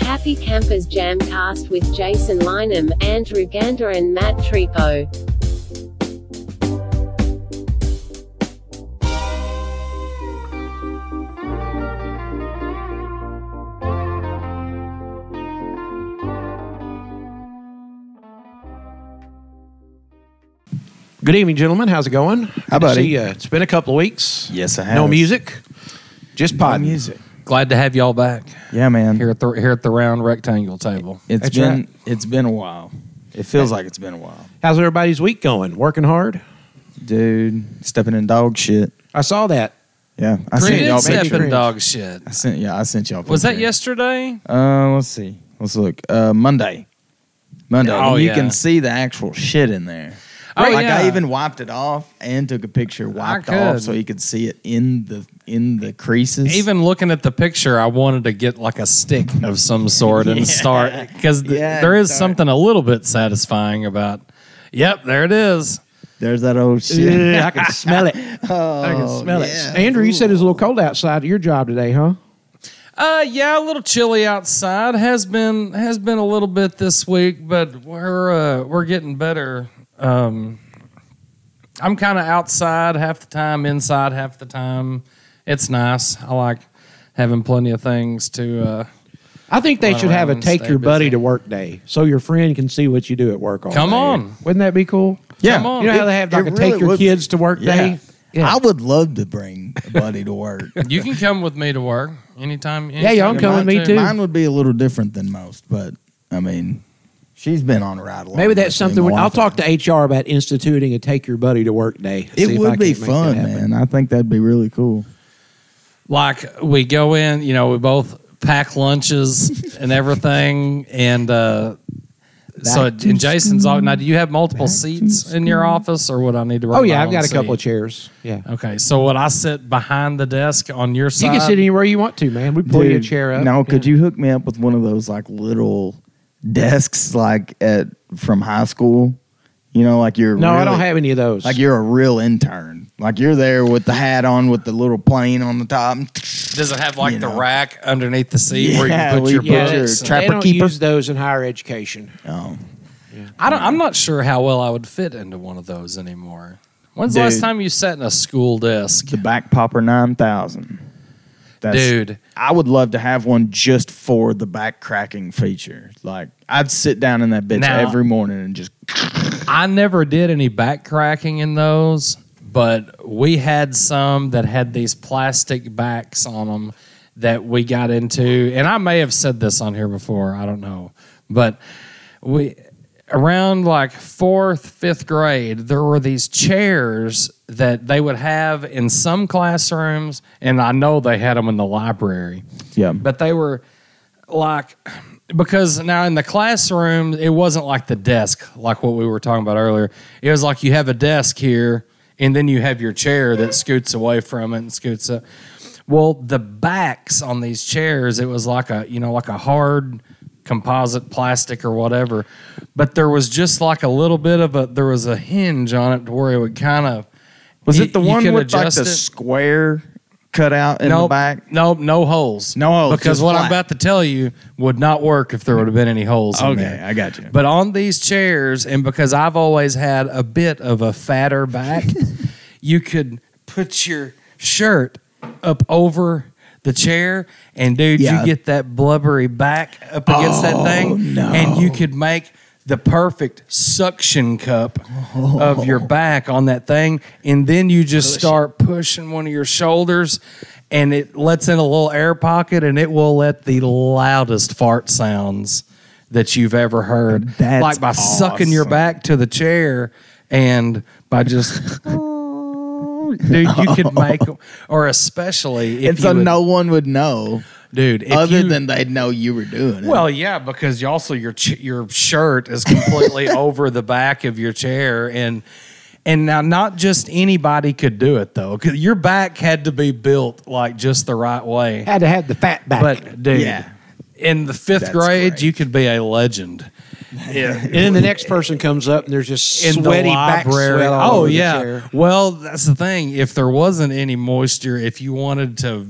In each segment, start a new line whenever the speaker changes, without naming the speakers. Happy Campers Jamcast with Jason Lynham, Andrew Gander and Matt Tripo.
Good evening, gentlemen. How's it going? How
buddy.
It's been a couple of weeks.
Yes, I
No
have.
music, just pod
music.
Glad to have y'all back
Yeah, man.
here at the here at the round rectangle table.
It's
That's
been
right.
it's been a while. It feels like it's been a while,
How's everybody's week going? Working hard.
dude. Stepping in dog shit.
I saw that.
Yeah, I
Green
sent
Stepping
y'all. pictures.
stepping
cringe.
dog shit.
I sent yeah. I sent y'all.
Was that
pictures.
yesterday?
Uh, let's see. Let's look. Uh, Monday. Monday.
Oh,
and you
yeah.
can see the actual shit in there.
Oh,
like I
yeah.
even wiped it off and took a picture, wiped
could.
off so you could see it in the in the creases.
Even looking at the picture, I wanted to get like a stick of some sort and start because
Yeah,
there is
start.
something a little bit satisfying about. Yep, there it is.
there's that old shit.
Yeah, I can smell it. Oh, I can smell
yeah.
it. Andrew, you said it was a little cold outside at your job today, huh?
Uh, yeah, a little chilly outside. Has been has been a little bit this week, but we're uh, we're getting better. Um, I'm kind of outside half the time, inside half the time. It's nice. I like having plenty of things to. Uh,
I think they
Run
should have
around
a
and
take
stay
your buddy
busy.
to work day so your friend can see what you do at work all
Come
day.
on.
Wouldn't that be cool?
yeah.
Come on.
You know how
It-
they have like
it
a
really
take your
would-
kids to work day? Yeah.
I would love to bring a buddy to work.
you can come with me to work anytime.
Yeah, y'all
anytime
can come
you
with me
want
too.
to.
Mine would be a little different than most, but I mean, she's been on a ride along.
Maybe
with
that's
me
something.
my
When, I'll
wife-
talk to HR about instituting a take your buddy to work day. See
It
if I
would
can't
be
make that
fun,
happen.
man. I think that'd be really cool.
like we go in, you know, we both pack lunches and everything, and uh, so
Back to
and Jason's all now. Do you have multiple seats in your office, or would I need to? rent
Oh,
my
yeah. I've
own
got a couple of
seat?
chairs. Yeah.
Okay, so would I sit behind the desk on your
You
side?
can sit anywhere you want to, man. We pull your
Dude,
chair up.
Now, could you hook me up with one of those like little desks, like at from high school? You know, like you're
No, I don't
really-
have any of those.
Like you're a real intern. Like you're there with the hat on, with the little plane on the top.
Does it have like
You
the
know.
rack underneat the seat where you
Yeah,
can put
we
your
put
yeah,
your
that's-
books?
trapper
they don't
keeper?
use those in higher education.
Oh,
I don't. I'm not sure how well I would fit into one of those anymore. When's the last
Dude.
time you sat in a school desk,
the back popper nine thousand. That's
dude?
I would love to have one just for the back cracking feature. Like I'd sit down in that bitch
Now-
every morning and just
I never did any back cracking in those, but we had some that had these plastic backs on them that we got into. And I may have said this on here before, I don't know. But we around like fourth, fifth grade, there were these chairs that they would have in some classrooms, and I know they had them in the library
yeah.
but they were like because now in the classroom it wasn't like the desk like what we were talking about earlier it was like you have a desk here and then you have your chair that scoots away from it and scoots up well the backs on these chairs it was like a you know like a hard composite plastic or whatever but there was just like a little bit of a there was a hinge on it to where it would kind of
Was it the
you- you
one
could
with like
adjust
the
it.
square cutout in the
Nope.
back?
Nope, no holes.
No holes,
Because
just
what I'm
flat.
about to tell you would not work if there would have been any holes in
Okay,
there.
I got you.
But on these chairs, and because I've always had a bit of a fatter back, you could put your shirt up over the chair and dude
Yeah. Oh,
you get that blubbery back up against that thing
no.
and you could make the perfect suction cup of your
Oh.
back on that thing and then you just start pushing one of your shoulders and it lets in a little air pocket and it will let the loudest fart sounds that you've ever heard
That's
like by sucking your
awesome.
back to the chair and by just dude you could make or especially if
And
you
so
would-
no one would know
dude if
other
you-
than they'd know you were doing it.
well yeah because you also your ch- your shirt is completely over the back of your chair and and now not just anybody could do it though 'cause your back had to be built like just the right way
Had to have the fat back.
but dude
Yeah.
in the fifth
That's
grade
great.
you could be a legend yeah
and then the next person comes up and there's just
in
sweaty
the
back
library.
sweat all
oh
over the
yeah.
chair.
Well, that's the thing. If there wasn't any moisture, if you wanted to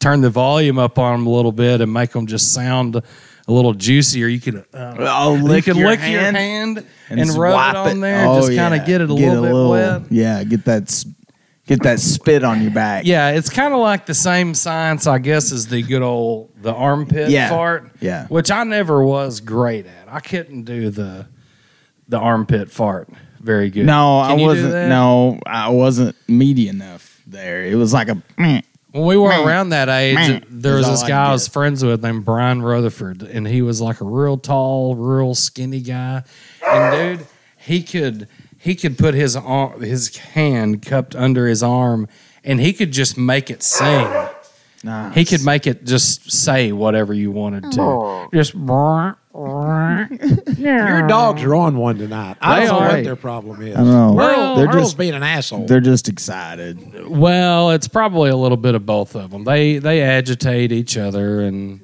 turn the volume up on them a little bit and make them just sound a a little juicier. You could uh,
Oh,
you
lick
could
your
lick
hand
your hand and,
and,
rub
swap
it on there.
Oh,
and just kind
yeah.
of get it a little bit wet.
Yeah, get that s- get that spit on your back.
Yeah, it's kind of like the same science, I guess, as the good old the armpit
Yeah.
fart.
Yeah.
which I never was great at. I couldn't do the the armpit fart very good.
No, I
Can you do
wasn't.
that?
No, I wasn't meaty enough there. It was like a. mm.
When we were
Meh.
around that age,
Meh.
there was
Is all
this
I
guy I
get.
was friends with named Brian Rutherford, and he was like a real tall, real skinny guy. And dude, he could he could put his arm, his hand cupped under his arm, and he could just make it sing.
Nice.
He could make it just say whatever you wanted to. Just
Your dogs are on one tonight. I
They
don't know
are.
what their problem is.
I don't know.
Well,
they're
Earl's
just
being an asshole.
they're just excited.
well, it's probably a little bit of both of them. They they agitate each other, and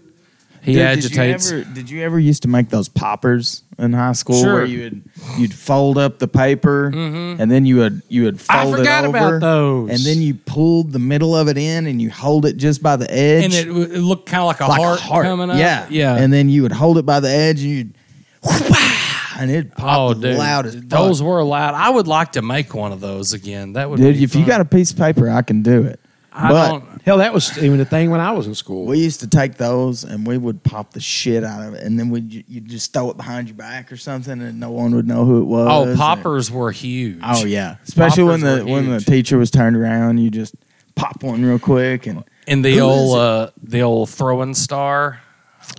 he
Dude,
agitates.
Did you, ever, did you ever used to make those poppers in high school
Sure. Mm-hmm.
where you would you'd fold up the paper and then you would you would
I
fold
forgot
it over
about those.
and then you pulled the middle of it in and you hold it just by the edge
and it, w- it looked kind of like a,
like
heart,
a heart
coming up.
Yeah,
yeah.
And then you would hold it by the edge and you'd and it
oh,
popped
dude,
loud as fuck.
those were loud. I would like to make one of those again. That would
Dude,
be
if you
fun.
got a piece of paper, I can do it.
I
but
don't-
Hell, that was even a thing when I was in school.
we used to take those and we would pop the shit out of it, and then we you just throw it behind your back or something, and no one would know who it was.
oh,
and-
poppers were huge.
Oh yeah, especially when
Poppers
the
were
when the
huge.
teacher was turned around, you just pop one real quick and
and the
Who is
old
it?
uh, the old throwing star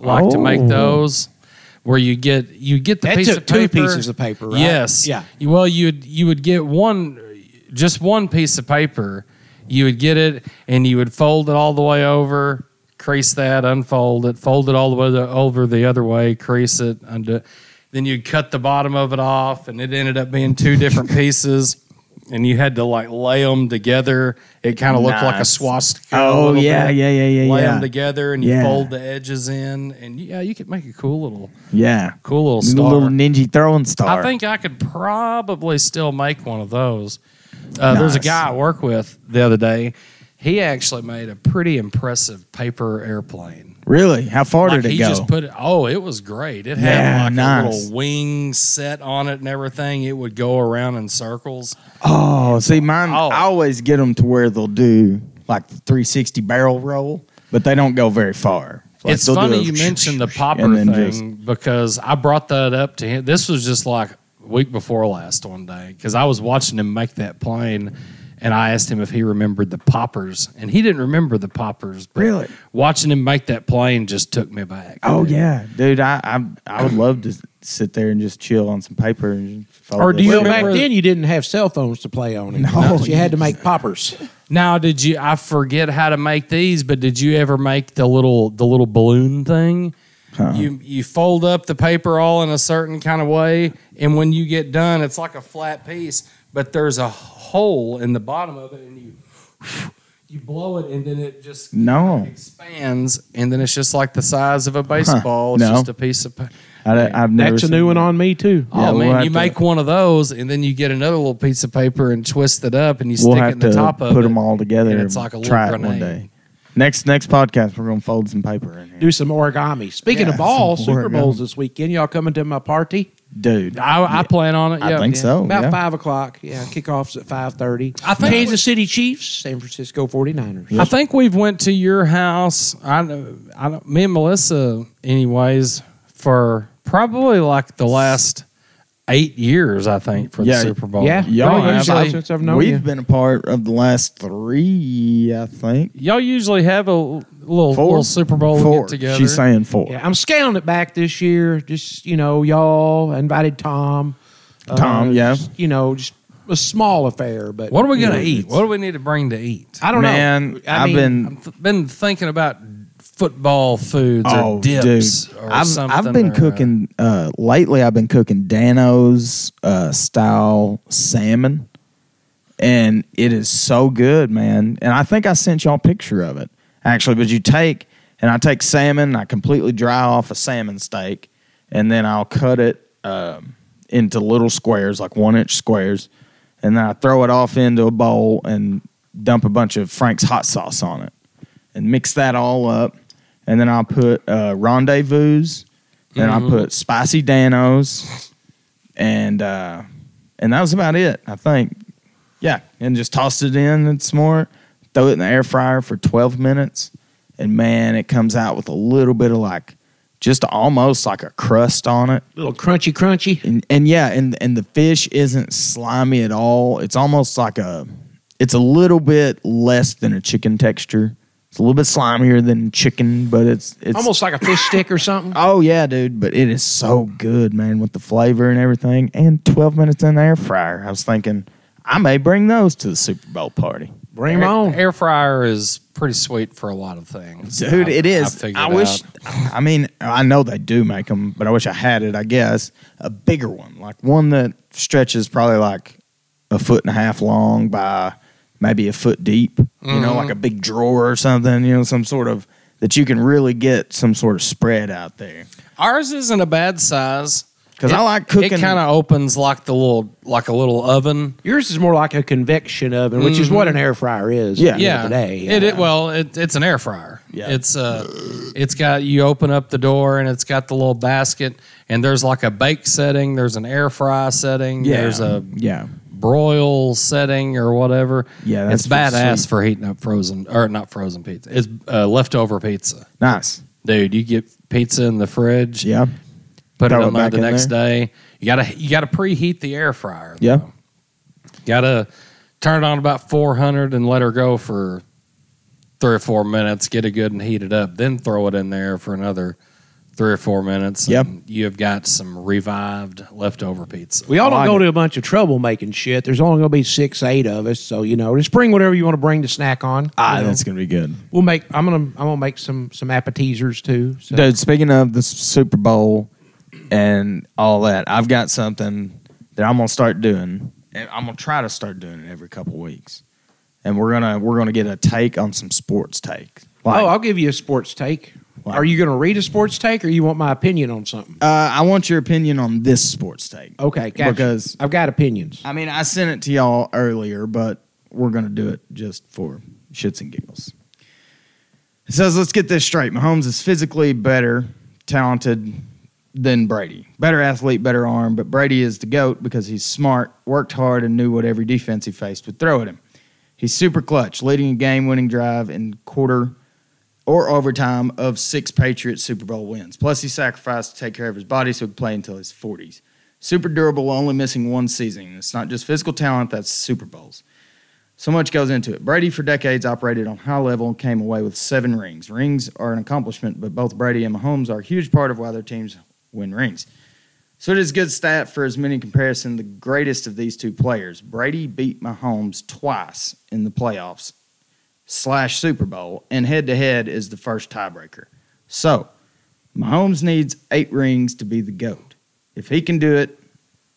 like to make
Oh.
those where you get you get the
That
piece
took
of
two
paper.
pieces of paper, right?
Yes.
Yeah.
You- Well, you would you would get one just one piece of paper. You would get it and you would fold it all the way over, crease that, unfold it, fold it all the way the- over the other way, crease it, undo. Then you'd cut the bottom of it off, and it ended up being two different pieces. And you had to like lay them together. It kind of looked like a
Nice.
swastika. a
oh
little
yeah,
bit
yeah yeah yeah yeah
lay them together and you
Yeah.
fold the edges in and yeah you could make a cool little
yeah
cool little
little,
star
ninja throwing star.
i think i could probably still make one of those uh, there's a
Nice.
guy i work with the other day he actually made a pretty impressive paper airplane
really, how far
like
did it
he
go?
just put it oh it was great it had
Yeah,
like a
nice.
little wing set on it and everything it would go around in circles
Oh, see, mine.
Oh.
I always get them to where they'll do like the 360 barrel roll, but they don't go very far. Like,
it's
they'll do
funny
a
you mentioned the popper
and then
thing
just-
because I brought that up to him. This was just like week before last one day because I was watching him make that plane, and I asked him if he remembered the poppers, and he didn't remember the poppers. But
Really?
watching him make that plane just took me back.
Oh yeah, dude. I, I I would love to sit there and just chill on some paper and just fold
Or do
it.
you
Well, back
remember-
then you didn't have cell phones to play on.
No.
No, you had to make poppers.
Now, did you? I forget how to make these, but did you ever make the little the little balloon thing? You you fold up the paper all in a certain kind of way, and when you get done, it's like a flat piece, but there's a hole in the bottom of it, and you you blow it, and then it just
No.
expands, and then it's just like the size of a baseball. It's
No.
just a piece of. pa-
I, have never
That's a
seen
new one
that.
on me too.
Oh
Yeah, we'll
man,
have
you
to-
make one of those, and then you get another little piece of paper and twist it up, and you
We'll
stick it
have
in
to
the top of
put
it.
them all together.
and
And
it's like a
try
little
it one
grenade.
day. Next next podcast, we're gonna fold some paper in here,
Do some origami. Speaking
Yeah,
of ball,
some
Super Bowls
origami.
this weekend. Y'all coming to my party?
dude.
I, I plan on it.
I
Yeah,
think
yeah.
so.
About
Oh, yeah.
five o'clock. Yeah, kickoffs at five thirty.
I think-
Kansas City Chiefs, San Francisco 49ers.
I think we've went to your house. I, know- I know- me and Melissa, anyways, for probably like the last eight years. I think for the
Yeah.
Super Bowl.
Yeah.
y'all
Y'all have-
usually
since I've known
We've
you.
been a part of the last three, I think.
y'all usually have a l- little
Four.
little Super Bowl
four.
get together.
She's saying four.
Yeah, I'm scaling it back this year. Just you know, y'all I invited Tom. Uh,
Tom, yeah.
just, you know, just a small affair. But
"What are we
you
gonna
know,
eat?
it's-
What do we need to bring to eat?"
I don't know.
Man,
I
I've
mean,
been
I've th- been thinking about football foods or
Oh, dude.
dips or
I've,
something.
I've been
or, uh,
cooking uh, lately. I've been cooking Dano's uh, style salmon, and it is so good, man. And I think I sent y'all a picture of it actually. But you take and I take salmon. and I completely dry off a salmon steak, and then I'll cut it um, into little squares, like one inch squares, and then I throw it off into a bowl and dump a bunch of Frank's hot sauce on it and mix that all up. And then I'll put uh, rendezvous and I put spicy Danos, and uh, and that was about it. I think, yeah, and just tossed it in and some more. Throw it in the air fryer for twelve minutes, and man, it comes out with a little bit of like, just almost like a crust on it.
little crunchy, crunchy.
And and yeah, and and the fish isn't slimy at all. It's almost like a it's a little bit less than a chicken texture. It's a little bit slimier than chicken, but it's it's
Almost like a fish stick or something.
Oh yeah, dude, but it is so good, man, with the flavor and everything. And 12 minutes in the air fryer. I was thinking I may bring those to the Super Bowl party.
Bring 'em on.
Air fryer is pretty sweet for a lot of things.
Oh. Dude,
I-
it is.
figured
I,
it
wish.
out.
I mean, I know they do make them, but I wish I had it. I guess a bigger one, like one that stretches probably like a foot and a half long by maybe a foot deep. You know,
Mm-hmm.
like a big drawer or something. You know, some sort of that you can really get some sort of spread out there.
Ours isn't a bad size.
Because I
It-
like cooking.
It kind of opens like the little like a little oven.
Yours is more like a convection oven, which is what an air fryer is.
Yeah.
at the end
Mm-hmm. Yeah,
of the day.
It, it well, it, it's an air fryer.
Yeah.
it's uh, it's got you open up the door and it's got the little basket and there's like a bake setting, there's an air fry setting, there's a
yeah.
broil setting or whatever.
Yeah, that's
it's
pretty
badass
sweet.
for heating up frozen or not frozen pizza. It's uh, leftover pizza,
Nice.
dude. You get pizza in the fridge,
Yeah.
put
throw
it
it
on there
back
the
in
next day. You gotta you gotta preheat the air fryer.
Yeah.
though. gotta turn it on about four hundred and let her go for three or four minutes. Get it good and heat it up. Then throw it in there for another three or four minutes.
Yep.
and you have got some revived leftover pizza.
We all
I
don't
like
go
it.
to a bunch of trouble making shit. There's only going to be six, eight of us, so you know, just bring whatever you want to bring to snack on.
Ah,
you know.
that's gonna be good,
We'll make. I'm gonna. I'm gonna make some some appetizers too. So.
dude. Speaking of the Super Bowl and all that, I've got something that I'm gonna start doing, and I'm gonna try to start doing it every couple weeks. And we're gonna we're gonna get a take on some sports take. Like,
oh, I'll give you a sports take.
Wow.
Are you going to read a sports take, or you want my opinion on something?
uh, I want your opinion on this sports take.
Okay, gotcha.
Because-
I've got opinions.
I mean, I sent it to y'all earlier, but we're going to do it just for shits and giggles. It says, let's get this straight. Mahomes is physically better, talented than Brady. Better athlete, better arm, but Brady is the GOAT because he's smart, worked hard, and knew what every defense he faced would throw at him. He's super clutch, leading a game winning drive in quarter or overtime of six Patriots Super Bowl wins. Plus, he sacrificed to take care of his body so he could play until his 40s. Super durable, only missing one season. It's not just physical talent, that's Super Bowls. So much goes into it. Brady, for decades, operated on high level and came away with seven rings. Rings are an accomplishment, but both Brady and Mahomes are a huge part of why their teams win rings. So it is a good stat for as many comparison, the greatest of these two players. Brady beat Mahomes twice in the playoffs slash Super Bowl, and head to head is the first tiebreaker. So, Mahomes needs eight rings to be the GOAT. If he can do it,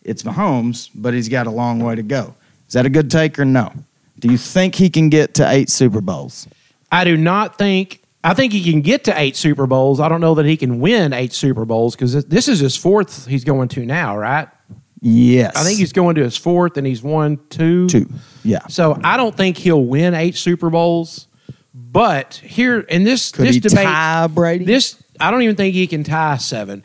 it's Mahomes, but he's got a long way to go. Is that a good take or no? Do you think he can get to eight Super Bowls?
I do not think. I think he can get to eight Super Bowls. I don't know that he can win eight Super Bowls because this is his fourth. He's going to now, right?
Yes.
I think he's going to his fourth, and he's won two.
two. Yeah.
So I don't think he'll win eight Super Bowls. But here in this
Could
this
he
debate,
tie Brady?
This I don't even think he can tie seven.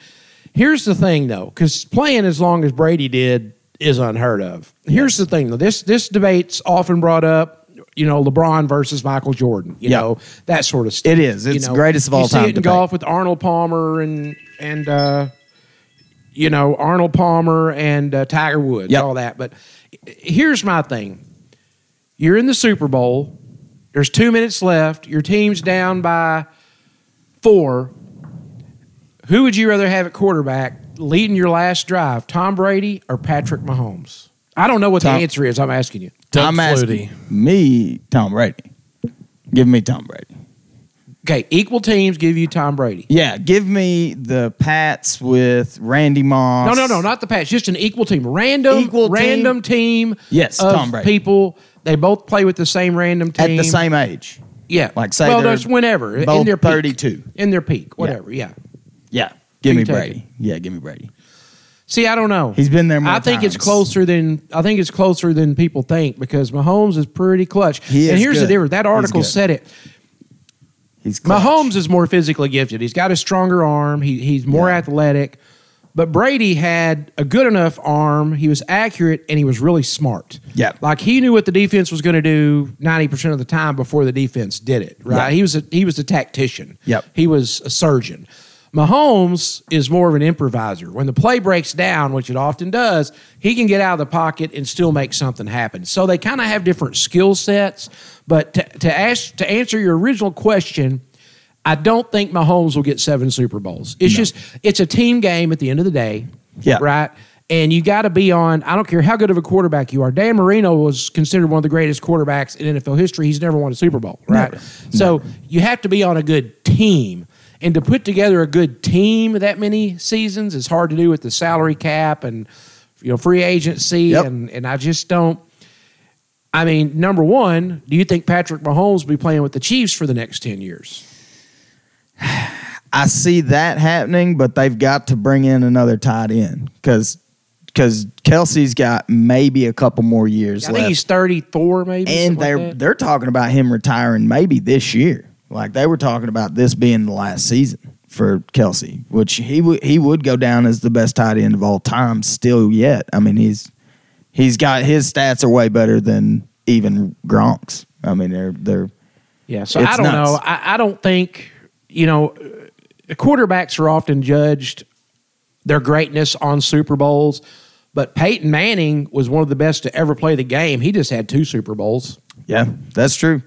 Here's the thing though, because playing as long as Brady did is unheard of. Here's the thing though. This this debate's often brought up. You know, LeBron versus Michael Jordan. You
Yeah.
know that sort of stuff.
It is. It's
you know.
greatest of all
you
time
See it in
debate.
golf with Arnold Palmer and and. uh you know Arnold Palmer and uh, Tiger Woods,
Yep.
all that. But here's my thing: you're in the Super Bowl. There's two minutes left. Your team's down by four. Who would you rather have at quarterback leading your last drive, Tom Brady or Patrick Mahomes? I don't know what
Tom-
the answer is. I'm asking you.
Doug
I'm asking
Flutie.
me, Tom Brady. Give me Tom Brady.
Okay, equal teams give you Tom Brady.
Yeah, give me the Pats with Randy Moss.
No, no, no, not the Pats. Just an equal team, random,
Equal team.
random team.
Yes,
of
Tom Brady.
people. They both play with the same random team
at the same age.
Yeah,
Like, say
well,
they're
that's whenever in
both
their peak,
32.
in their peak, whatever. Yeah.
Yeah. Give
Who
me
you taking?
Brady. Yeah, give me Brady.
See, I don't know.
He's been there more
I think it's
times.
closer than I think it's closer than people think because Mahomes is pretty clutch.
He
and
is
here's the
good.
difference. That
He's
article
good.
said it.
He's clutch.
Mahomes is more physically gifted. He's got a stronger arm. He, he's more athletic. But Brady had a good enough arm. He was accurate and he was really smart.
Yeah.
Like he knew what the defense was going to do 90% of the time before the defense did it, right?
Yeah.
He was a he was a tactician.
Yep.
He was a surgeon. Mahomes is more of an improviser. When the play breaks down, which it often does, he can get out of the pocket and still make something happen. So they kind of have different skill sets. But to, to ask to answer your original question, I don't think Mahomes will get seven Super Bowls. It's just it's a team game at the end of the day.
Yeah.
Right. And you got to be on. I don't care how good of a quarterback you are. Dan Marino was considered one of the greatest quarterbacks in NFL history. He's never won a Super Bowl, right?
Never.
So you have to be on a good team. And to put together a good team that many seasons is hard to do with the salary cap and you know free agency
Yep.
and and I just don't I mean, number one, do you think Patrick Mahomes will be playing with the Chiefs for the next 10 years?
I see that happening, but they've got to bring in another tight end because Kelsey's got maybe a couple more years
I
left.
think he's 34, maybe.
and
something
they're
like that.
they're talking about him retiring maybe this year. Like they were talking about this being the last season for Kelsey, which he would he would go down as the best tight end of all time still yet. I mean he's he's got his stats are way better than even Gronk's. I mean they're they're
Yeah, so
It's
I don't
nuts.
know. I, I don't think you know. uh, Quarterbacks are often judged their greatness on Super Bowls, but Peyton Manning was one of the best to ever play the game. He just had two Super Bowls,
yeah, that's true.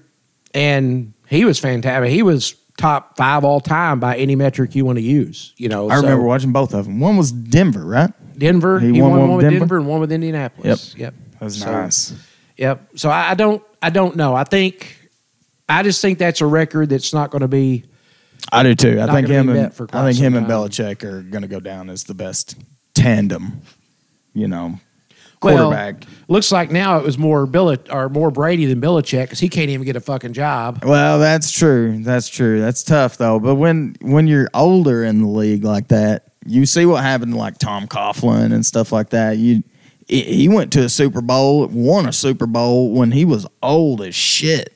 and he was fantastic. He was top five all time by any metric you want to use. You know,
I
so
remember watching both of them. One was Denver, right?
Denver.
He
He,
won
won,
one
one with
Denver?
Denver? and one with Indianapolis. Yep.
That was
So-
nice.
Yep. So I, I don't. I don't know. I think. I just think that's a record that's not going to be.
I do too. I
Not
think
gonna
him
be
and
met for quite
I think
some
him and
time.
Belichick are going to go down as the best tandem. You know,
Well,
quarterback.
looks like now it was more Billich or more Brady than Belichick because he can't even get a fucking job.
Well, that's true. That's true. That's tough though. But when when you're older in the league like that, you see what happened to like Tom Coughlin and stuff like that. You he- he went to a Super Bowl, won a Super Bowl when he was old as shit.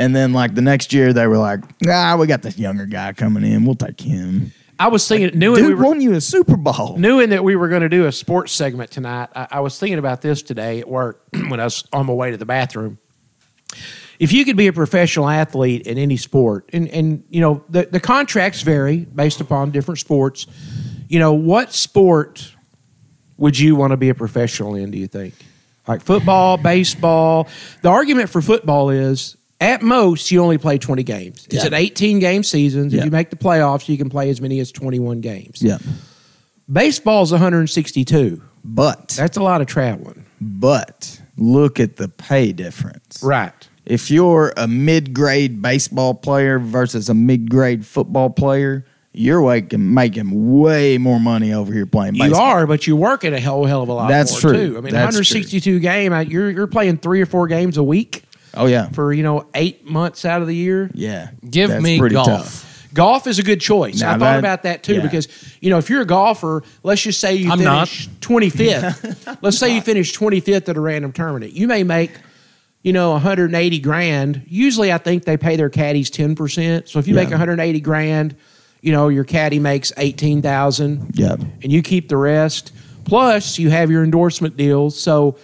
And then like the next year they were like, "Nah, we got this younger guy coming in. We'll take him."
I was thinking, knew we
Dude
were
won you a Super Bowl.
knowing that we were going to do a sports segment tonight, I, I was thinking about this today at work when I was on my way to the bathroom. If you could be a professional athlete in any sport, and, and you know, the, the contracts vary based upon different sports, you know, what sport would you want to be a professional in, do you think? Like football, baseball. The argument for football is at most you only play 20 games. It's
Yeah.
an 18 game season.
Yeah.
If you make the playoffs, you can play as many as 21 games.
Yeah.
Baseball's 162.
But
That's a lot of traveling.
but look at the pay difference.
Right.
If you're a mid-grade baseball player versus a mid-grade football player, you're waking, making way more money over here playing
You
baseball.
are, but you work at a whole hell of a lot.
That's
more,
true.
Too. I mean,
That's
162 game. I- You're you're playing three or four games a week
Oh yeah,
for you know eight months out of the year.
yeah.
Give
That's
me
pretty
golf.
tough.
Golf is a good choice.
Now
I thought
that-
about that too
yeah.
because you know if you're a golfer, let's just say you
I'm not.
finish 25th. let's say you finish 25th at a random tournament. You may make you know 180 grand. Usually, I think they pay their caddies 10 percent. So if you
Yeah.
make 180 grand, you know your caddy makes 18,000.
Yeah.
and you keep the rest. Plus, you have your endorsement deals. So.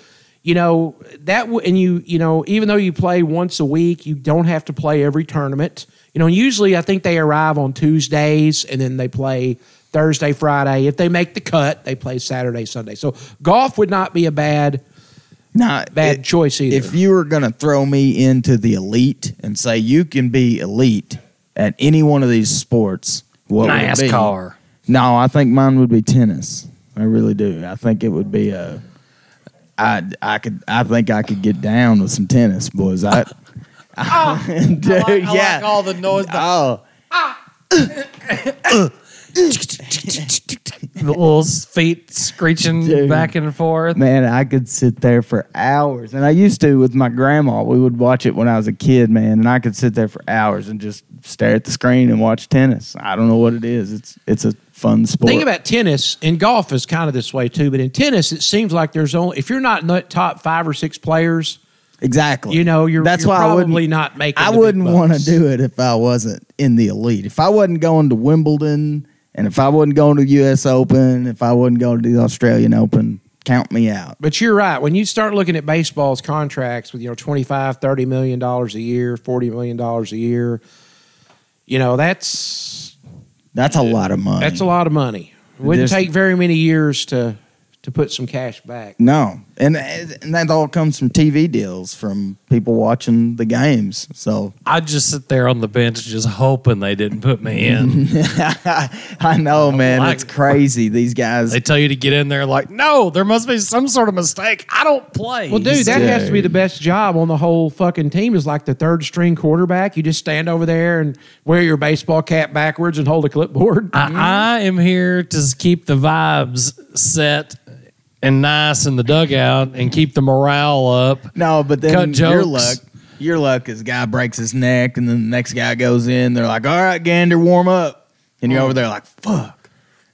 You know that, w- and you you know even though you play once a week, you don't have to play every tournament. You know, usually I think they arrive on Tuesdays and then they play Thursday, Friday. If they make the cut, they play Saturday, Sunday. So golf would not be a bad
Nah,
bad
it-
choice either.
If you were gonna throw me into the elite and say you can be elite at any one of these sports, what would it be?
NASCAR.
No, I think mine would be tennis. I really do. I think it would be a. I I could I think I could get down with some tennis, boys. I,
Ah!
dude, yeah.
all the Ah! noise.
oh,
the little feet screeching
Dude.
back and forth.
man, I could sit there for hours, and I used to with my grandma. We would watch it when I was a kid, man, and I could sit there for hours and just stare at the screen and watch tennis. I don't know what it is. It's it's a fun sport.
Think about tennis and golf is kind of this way too, but in tennis it seems like there's only if you're not in the top five or six players,
Exactly.
You know, you're,
that's
you're
why I
probably
wouldn't,
not making.
I
the big
wouldn't
bucks.
want to do it if I wasn't in the elite. If I wasn't going to Wimbledon, and if I wasn't going to U.S. Open, if I wasn't going to the Australian Open, count me out.
But you're right. When you start looking at baseball's contracts with, you know, 25, 30 million dollars a year, 40 million dollars a year, you know, that's
That's a lot of money.
that's a lot of money. Wouldn't
This-
take very many years to to put some cash back.
No, and and that all comes from TV deals, from people watching the games. So
I just sit there on the bench just hoping they didn't put me in.
I know, man,
like
it's
it.
crazy. These guys,
they tell you to get in there like, no, there must be some sort of mistake. I don't play.
Well, dude, that has to be the best job on the whole fucking team is like the third string quarterback. You just stand over there and wear your baseball cap backwards and hold a clipboard.
I, I am here to s- keep the vibes set and nice in the dugout and keep the morale up.
no, but then
Cut
your
jokes.
luck, your luck is guy breaks his neck, and then the next guy goes in. They're like, "All right, Gander, warm up," and you're over there like, "Fuck."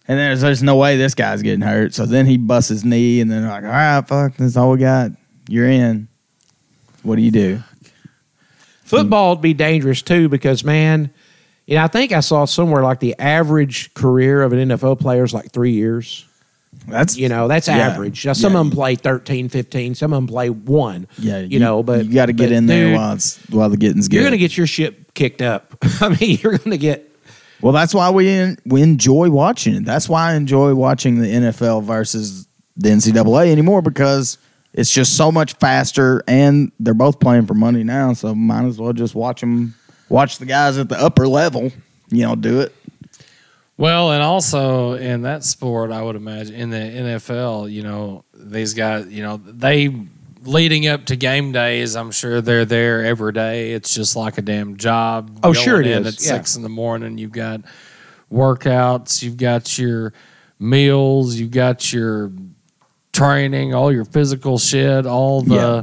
And there's there's no way this guy's getting hurt. So then he busts his knee, and then they're like, "All right, fuck, that's all we got. You're in." What do you do?
Football would be dangerous too because man, you know, I think I saw somewhere like the average career of an NFL player is like three years.
That's
You know, that's
Yeah.
average. Now, some
Yeah.
of them play 13, 15, some of them play one.
Yeah,
You, know, but
you got to get
but,
in there
dude,
while it's while the getting's good.
You're going to get your shit kicked up. I mean, you're going to get.
well, that's why we en- we enjoy watching it. That's why I enjoy watching the NFL versus the NCAA anymore because it's just so much faster, and they're both playing for money now. So might as well just watch them, watch the guys at the upper level. You know, do it.
Well, and also in that sport, I would imagine in the NFL, you know, these guys, you know, they leading up to game days, I'm sure they're there every day. It's just like a damn job.
Oh, sure
Going
it
in
is.
At
Yeah.
six in the morning, you've got workouts, you've got your meals, you've got your training, all your physical shit, all the
Yeah.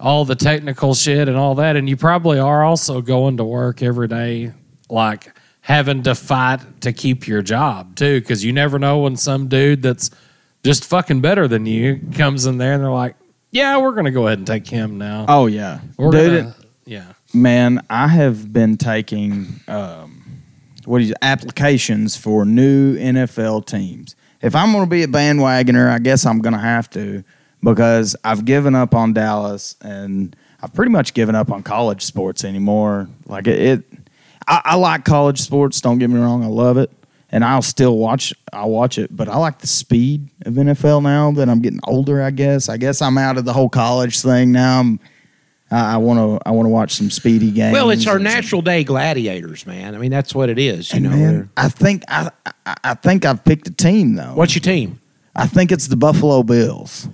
all the technical shit and all that. And you probably are also going to work every day, like having to fight to keep your job too, because you never know when some dude that's just fucking better than you comes in there and they're like, "Yeah, we're gonna go ahead and take him now."
Oh yeah,
We're
Dude,
gonna- yeah.
Man, I have been taking um, what is it, applications for new NFL teams. If I'm going to be a bandwagoner, I guess I'm going to have to because I've given up on Dallas and I've pretty much given up on college sports anymore. Like it, it I, I like college sports. Don't get me wrong, I love it, and I'll still watch. I'll watch it, but I like the speed of NFL now that I'm getting older. I guess. I guess I'm out of the whole college thing now. I'm I want to. I want to watch some speedy games.
Well, it's our
and some-
natural day gladiators, man. I mean, that's what it is. You
And
know,
man,
They're-
I think I, I. I think I've picked a team though.
what's your team?
I think it's the Buffalo Bills,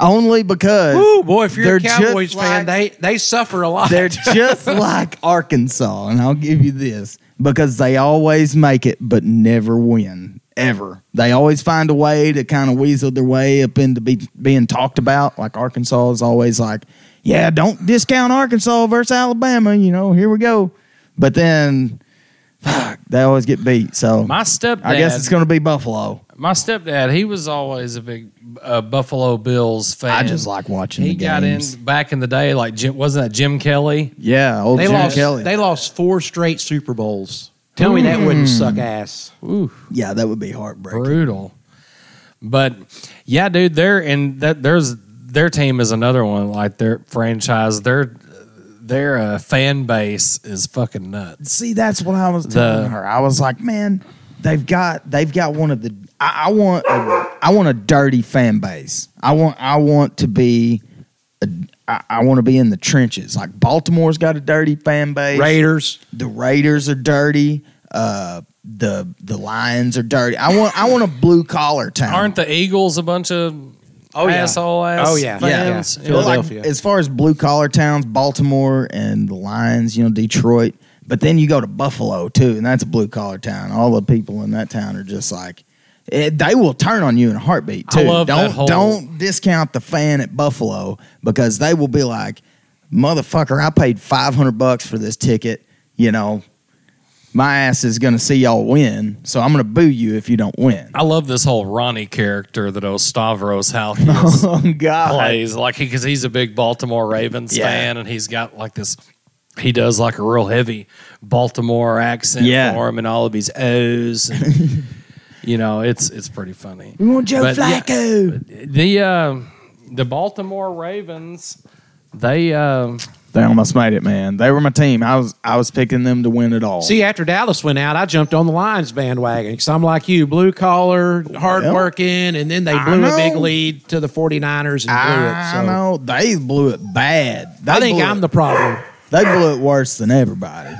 only because
Oh boy, if you're a
they're just
Cowboys fan,
like-
they they suffer a lot.
they're just like Arkansas, and I'll give you this because they always make it but never win ever. They always find a way to kind of weasel their way up into be, being talked about. Like Arkansas is always like, yeah, don't discount Arkansas versus Alabama. You know, here we go. But then, fuck, they always get beat. So
My stepdad.
I guess it's going to be Buffalo.
my stepdad. He was always a big uh, Buffalo Bills fan.
I just like watching
He
the
got in
games.
back in the day, like Jim, wasn't that Jim Kelly?
Yeah, old
they
Jim
lost.
Kelly.
They lost four straight Super Bowls. Tell me that
Hmm.
wouldn't suck ass.
yeah, that would be heartbreaking.
brutal. But yeah, dude, they're and that there's their team is another one like their franchise. Their their uh, fan base is fucking nuts.
see that's what i was telling her i was like man they've got they've got one of the i, I want a, i want a dirty fan base i want i want to be a, I, I want to be in the trenches like baltimore's got a dirty fan base
Raiders.
the raiders are dirty uh the the lions are dirty i want i want a blue collar town
Aren't the Eagles a bunch of
Oh, yeah.
asshole ass?
Oh, yeah.
fans?
Yeah.
Well, like,
Philadelphia.
as far as blue collar towns, Baltimore and the Lions, you know, Detroit. But then you go to Buffalo too, and that's a blue collar town. All the people in that town are just like it, they will turn on you in a heartbeat too.
I love that
don't
whole-
don't discount the fan at Buffalo because they will be like, motherfucker, I paid five hundred bucks for this ticket. You know, my ass is going to see y'all win, so I'm going to boo you if you don't win.
I love this whole Ronnie character that old Stavros Halkias
Oh, God.
plays, like he because he's a big Baltimore Ravens
Yeah.
fan, and he's got like this. He does like a real heavy Baltimore accent
Yeah.
for him, and all of his O's. and, you know, it's it's pretty funny.
We want Joe
But, yeah.
Flacco.
The uh, the Baltimore Ravens, they uh,
They almost made it, man. They were my team. I was I was picking them to win it all.
See, after Dallas went out, I jumped on the Lions bandwagon because I'm like you, blue collar, hardworking, and then they blew a
know.
big lead to the 49ers and
I
blew it. So
know they blew it bad. They
I think
blew
I'm
it-
the problem.
They blew it worse than everybody.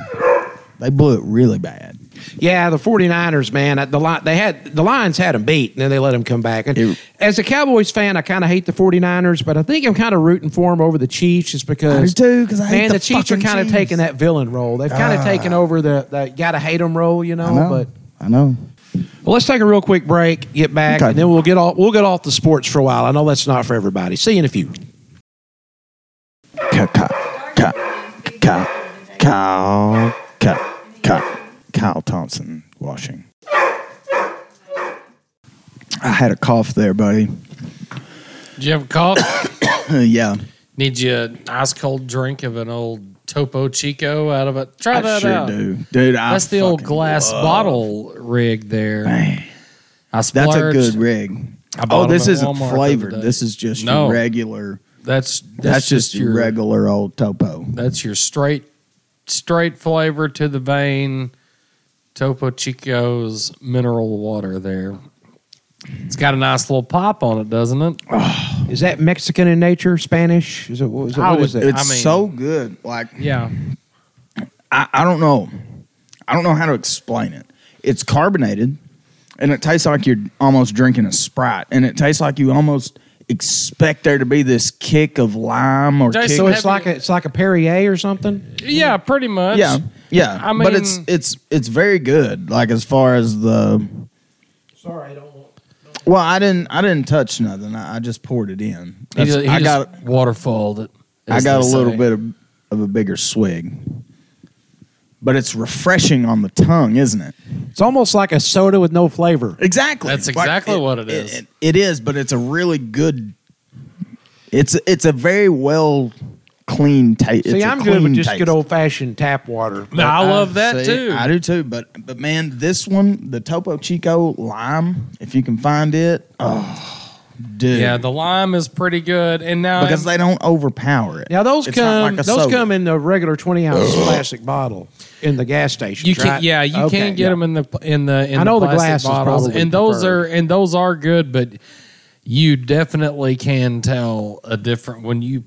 They blew it really bad.
Yeah, the 49ers, man, the Li- they had the Lions had them beat, and then they let them come back. And
It-
as a Cowboys fan, I kind of hate the 49ers, but I think I'm kind of rooting for them over the Chiefs just
I
because
do too, 'cause I hate
man,
the
Chiefs are
fucking
kind of
Chiefs. Ah.
taking that villain role. They've kind of taken over the, the gotta hate them role, you know,
I know.
but
I know.
Well, let's take a real quick break, get back,
Okay.
and then we'll get off. We'll get off the sports for a while. I know that's not for everybody. See you in a few.
Ka ka ka ka Kyle ka ka Kyle Thompson washing. I had a cough there, buddy.
did you have a cough?
yeah.
Need you an ice cold drink of an old Topo Chico out of it? Try
I
that
sure
uh,
out.
do. Dude, I
That's the old
fucking
glass
love-
bottle rig there.
Man,
I
that's
splurged.
a good rig.
I bought
Oh,
them
this
at
isn't
Walmart the
flavored.
other day.
This is just your
No.
regular.
That's that's,
That's, just, your regular old topo.
That's your straight straight flavor to the vein. Topo Chico's mineral water there. It's got a nice little pop on it, doesn't it?
Is that Mexican in nature? Spanish? Is it? What is it?
I
What is
would-
it?
It's
I mean-
so good. Like
Yeah.
I, I don't know. I don't know how to explain it. It's carbonated, and it tastes like you're almost drinking a sprite, and it tastes like you almost expect there to be this kick of lime or
Jason,
kick.
So it's
Heavy-
like a, it's like a Perrier or something.
Yeah, pretty much.
yeah, yeah.
I
but it's
mean-
it's it's very good. Like as far as the
Sorry, I don't. Want...
well, I didn't I didn't touch nothing. I, I just poured it in.
He
That's-
just, he
I got
just waterfalled it.
I
as
got a
they
little
say.
bit of, of a bigger swig. But it's refreshing on the tongue, isn't it?
It's almost like a soda with no flavor.
Exactly.
That's exactly what it is.
It, it is, but it's a really good. It's it's a very well clean taste.
See,
it's a
I'm good with
clean
just
taste.
good old fashioned tap water.
No, I love that
See,
too.
I do too, but but man, this one, the Topo Chico lime, if you can find it, oh, dude,
yeah, the lime is pretty good. And now
because they don't overpower it.
Now those
It's not
come
like a
those
soda.
come in the regular 20 ounce plastic bottle in the gas station.
You can, yeah, you
Okay,
can get
yeah.
them in the in the in
I know the
plastic
glass is
bottles,
probably
and those
preferred.
are and those are good, but you definitely can tell a different when you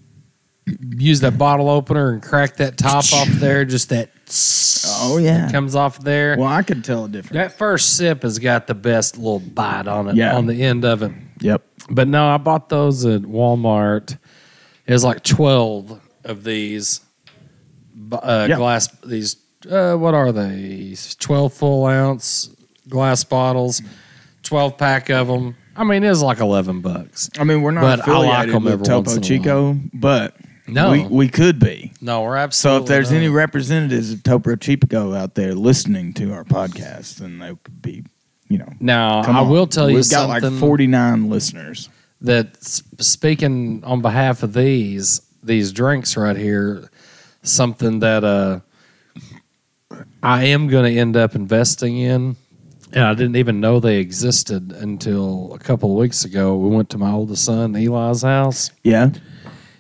use that bottle opener and crack that top off there. Just that
Oh yeah.
comes off there.
Well, I could tell a difference.
that first sip has got the best little bite on it
Yeah.
on the end of it.
Yep.
But no, I bought those at Walmart. It was like twelve of these bu- uh,
Yeah.
glass. These uh, what are they? Twelve full ounce glass bottles, twelve pack of them. I mean, it was like eleven bucks.
I mean, we're not
But I like
affiliated
'em
with
every once
Topo
in a
Chico, but
No. Oh,
we, we could be.
No, we're
So
absolutely.
if there's
not.
any representatives of Topo Chico out there listening to our podcast, then they could be, you know.
now
come
I
on.
will tell you
We've
something
got like 49 listeners.
that s- speaking on behalf of these these drinks right here, something that uh, I am going to end up investing in, and I didn't even know they existed until a couple of weeks ago. We went to my oldest son Eli's house.
Yeah.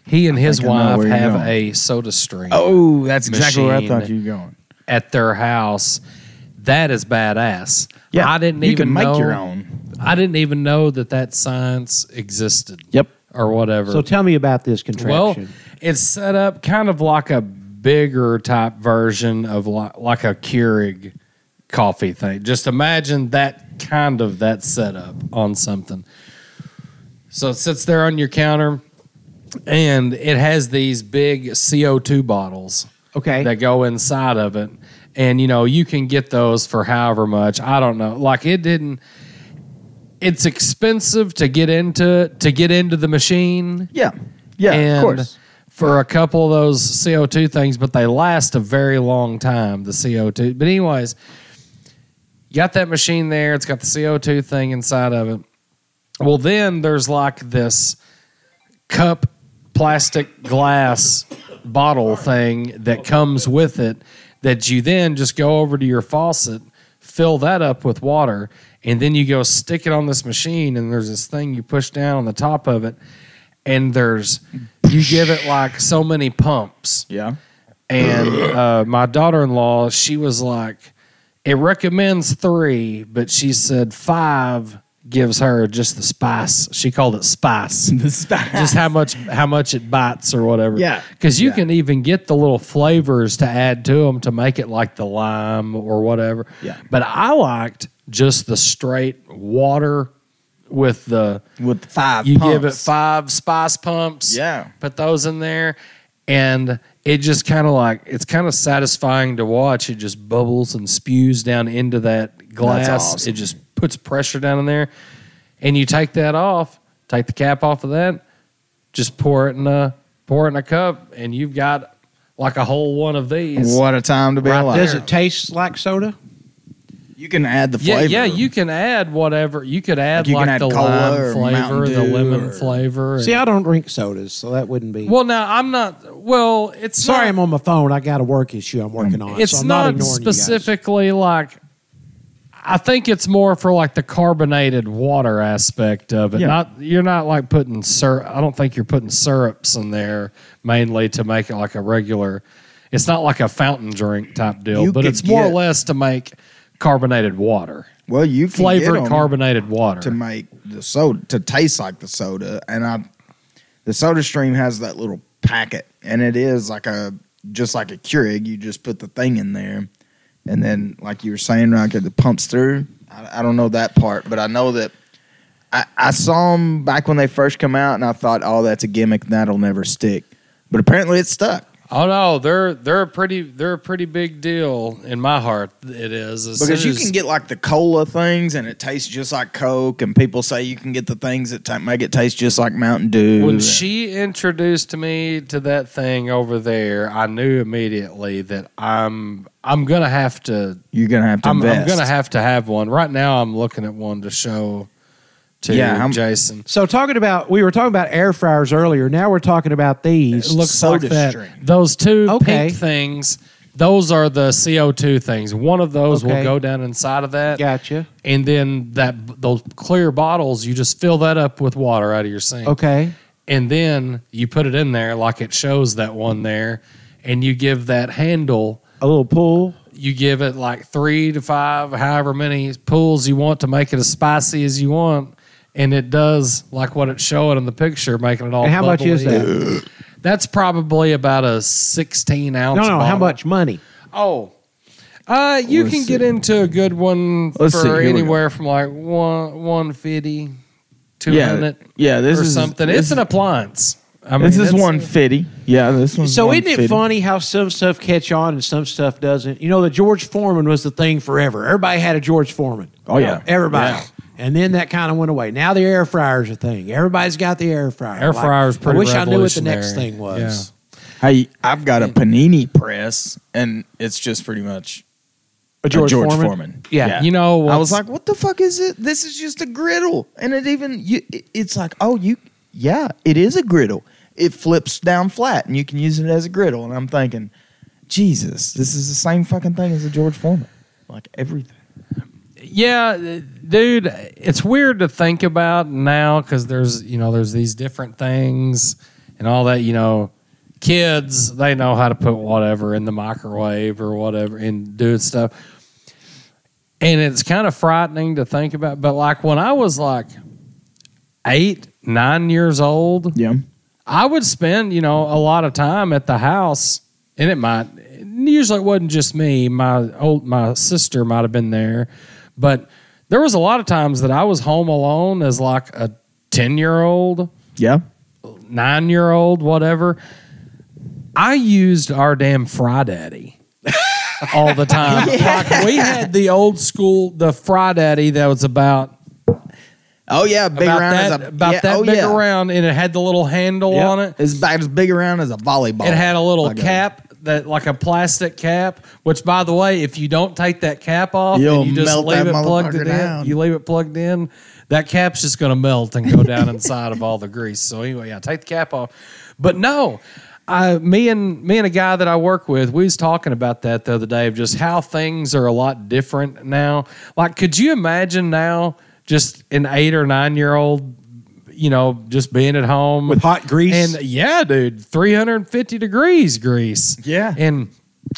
He and his
think I know
wife
where you're
have
going.
a soda stream
Oh, that's exactly where I
Machine.
thought you were going.
at their house. That is badass.
Yeah.
I didn't
you
even
can make
know,
your own.
I didn't even know that that science existed.
Yep.
Or whatever.
So tell me about this contraption.
Well, it's set up kind of like a bigger type version of like, like a Keurig coffee thing. Just imagine that kind of that setup on something. So it sits there on your counter, and it has these big CO two bottles
okay.
that go inside of it. And you know, you can get those for however much. I don't know. Like it didn't it's expensive to get into to get into the machine
Yeah. Yeah,
and
of course.
for a couple of those CO2 things, but they last a very long time, the CO2. But, anyways, you got that machine there, it's got the CO2 thing inside of it. Well, then there's like this cup plastic glass bottle thing that comes with it that you then just go over to your faucet, fill that up with water, and then you go stick it on this machine and there's this thing you push down on the top of it and there's you give it like so many pumps
Yeah.
and uh, my daughter-in-law she was like it recommends three but she said five gives her just the spice she called it spice just how much how much it bites or whatever
Yeah.
because you
Yeah.
can even get the little flavors to add to them to make it like the lime or whatever
Yeah.
but i liked just the straight water with the
With five
you give it
pumps.
five spice pumps.
Yeah.
Put those in there. And it just kind of like, it's kind of satisfying to watch. It just bubbles and spews down into that glass.
awesome.
It just puts pressure down in there. And you take that off, take the cap off of that, just pour it in a pour it in a cup, and you've got like a whole one of these.
What a time to be
Right
alive.
Does it taste like soda?
You can add the
Yeah,
flavor.
yeah, you can add whatever you could add,
Like you
like
can add
the
cola
lime
or
flavor,
Mountain
the
Dew
lemon
or-
flavor. and-
See, I don't drink sodas, so that wouldn't be.
Well, now I'm not. Well, it's
Sorry,
not,
I'm on my phone. I got a work issue I'm working on.
it's
so I'm
not,
ignoring you guys.
specifically like. I think it's more for like the carbonated water aspect of it.
Yeah.
Not you're not like putting syrup. I don't think you're putting syrups in there mainly to make it like a regular. It's not like a fountain drink type deal,
You
but
could
it's more or
get-
less to make carbonated water,
Well, you can
flavored
get 'em
carbonated water.
to make the soda to taste like the soda, and I, the Soda Stream has that little packet, and it is like a just like a Keurig. You just put the thing in there, and then like you were saying, like it pumps through. I, I don't know that part, but I know that. I, I saw them back when they first come out, and I thought, "Oh, that's a gimmick. That'll never stick." But apparently, it stuck
oh no, they're they're a pretty they're a pretty big deal in my heart. It is As
because
soon
you
as-
can get like the cola things, and it tastes just like Coke. And people say you can get the things that ta- make it taste just like Mountain Dew.
When she introduced me to that thing over there, I knew immediately that I'm I'm gonna have to
You're gonna have to
I'm, I'm
invest.
gonna have to have one. Right now, I'm looking at one to show to
Yeah, I'm-
Jason.
So talking about, we were talking about air fryers earlier. Now we're talking about
It
these.
looks
Soda
like that.
Stream.
Those two
Okay.
pink things. Those are the CO2 things. One of those will
Okay.
go down inside of that.
Gotcha.
And then that those clear bottles, you just fill that up with water out of your sink.
Okay.
and then you put it in there like it shows that one there and you give that handle
A little pull.
you give it like three to five however many pulls you want to make it as spicy as you want and it does like what it's showing in the picture making it all
And how much is
bubbly.
that?
that's probably about a 16 ounce
No, no. How
bottle.
much money?
oh uh, you
Let's
can
see.
get into a good one
Let's see, here
for
we go.
anywhere from like one 150
yeah,
200
yeah. This
or
is
something
This,
it's an appliance I
this
mean,
is
it's-
one fifty. Yeah, this one.
So isn't it funny how some stuff catch on and some stuff doesn't? You know, the George Foreman was the thing forever. Everybody had a George Foreman.
Oh, yeah.
everybody.
Yeah.
And then that kind of went away. Now the air fryer's a thing. Everybody's got the air fryer.
Air
Like,
fryer's pretty
I wish I knew what the next
revolutionary.
thing was.
Hey, I've got a panini press, and it's just pretty much
A Yeah.
You know,
I
what's-
was like, "What the fuck is it? This is just a griddle." And it even you, it- it's like, "Oh, you, yeah, it is a griddle. It flips down flat, and you can use it as a griddle." And I'm thinking, Jesus, this is the same fucking thing as a George Foreman, like everything.
yeah, th- dude, it's weird to think about now because there's, you know, there's these different things and all that, you know, kids, they know how to put whatever in the microwave or whatever and do stuff. And it's kind of frightening to think about. But like when I was like eight, nine years old,
Yeah,
I would spend, you know, a lot of time at the house, and it might usually it wasn't just me. My old my sister might have been there, but there was a lot of times that I was home alone as like a ten year old,
yeah.
nine year old, whatever. I used our damn Fry Daddy all the time. Like, we had the old school the Fry Daddy that was about
Oh yeah, big
about
round
that,
as a
about
yeah,
that
oh,
big
yeah.
around, and it had the little handle
Yep.
on it.
It's about as big around as a volleyball.
It had a little
Like
cap that, like a plastic cap. Which, by the way, if you don't take that cap off
You'll
and you just
melt
leave
that
it plugged
motherfucker
in,
down.
you leave it plugged in, that cap's just going to melt and go down inside of all the grease. So anyway, yeah, take the cap off. But no, I, me and me and a guy that I work with, we was talking about that the other day of just how things are a lot different now. Like, could you imagine now just an eight or nine year old? You know, just being at home
With hot grease?
and yeah, dude, 350 degrees grease.
Yeah.
And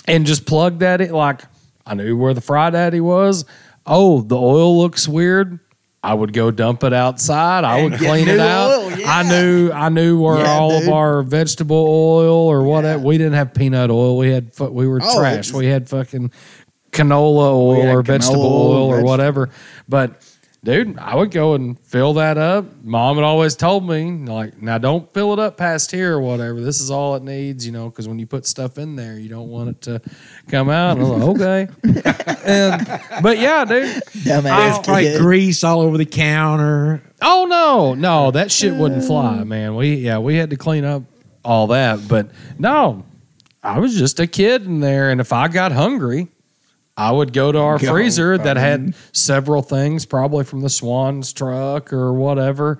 and just plug that in like I knew where the fry daddy was. Oh, the oil looks weird. I would go dump it outside. I would
get
clean it
new
out.
oil,
I
yeah.
knew I knew where
Yeah,
all
dude.
of our vegetable oil or what we didn't have peanut oil. We had fu- we were
Oh,
trash.
it's-
We had fucking canola oil
had
or
canola
vegetable
oil,
oil or
vegetable-
whatever. But dude, I would go and fill that up. Mom had always told me, like, now don't fill it up past here or whatever. This is all it needs, you know, because when you put stuff in there, you don't want it to come out. And I was like, okay. and, but yeah, dude.
Dumbass
It's like
kid.
grease all over the counter.
Oh no, no, that shit wouldn't fly, man. We yeah, we had to clean up all that, but no, I was just a kid in there, and if I got hungry, I would go to our freezer that had several things, probably from the Swan's truck or whatever.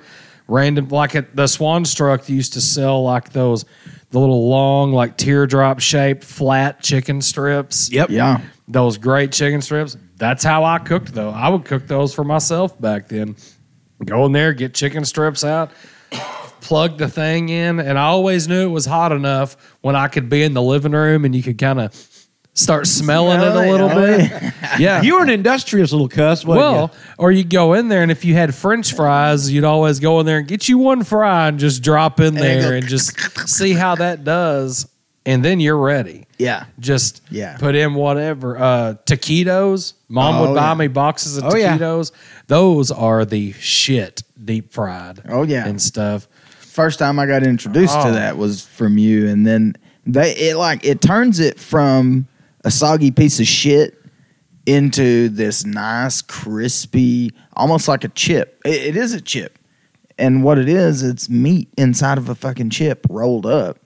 Random, like at the Swan's truck used to sell like those, the little long, like teardrop shaped flat chicken strips
Yep.
Yeah.
those great chicken strips. That's how I cooked though. I would cook those for myself back then. Go in there, get chicken strips out, plug the thing in, and I always knew it was hot enough when I could be in the living room and you could kind of start smelling
Smell
it
it,
a little
oh,
bit. Yeah.
You were an industrious little cuss, wasn't
well, or you go in there, and if you had French fries, you'd always go in there and get you one fry and just drop in
you
there
go-
and just see how that does, and then you're ready
Yeah.
just
Yeah.
put in whatever. Uh taquitos. Mom
Oh,
would buy
yeah.
me boxes of
Oh, yeah.
taquitos. Those are the shit deep fried.
Oh, yeah.
And stuff.
First time I got introduced
Oh.
to that was from you, and then they it like it turns it from a soggy piece of shit into this nice crispy, almost like a chip. It, it is a chip, and what it is, it's meat inside of a fucking chip rolled up,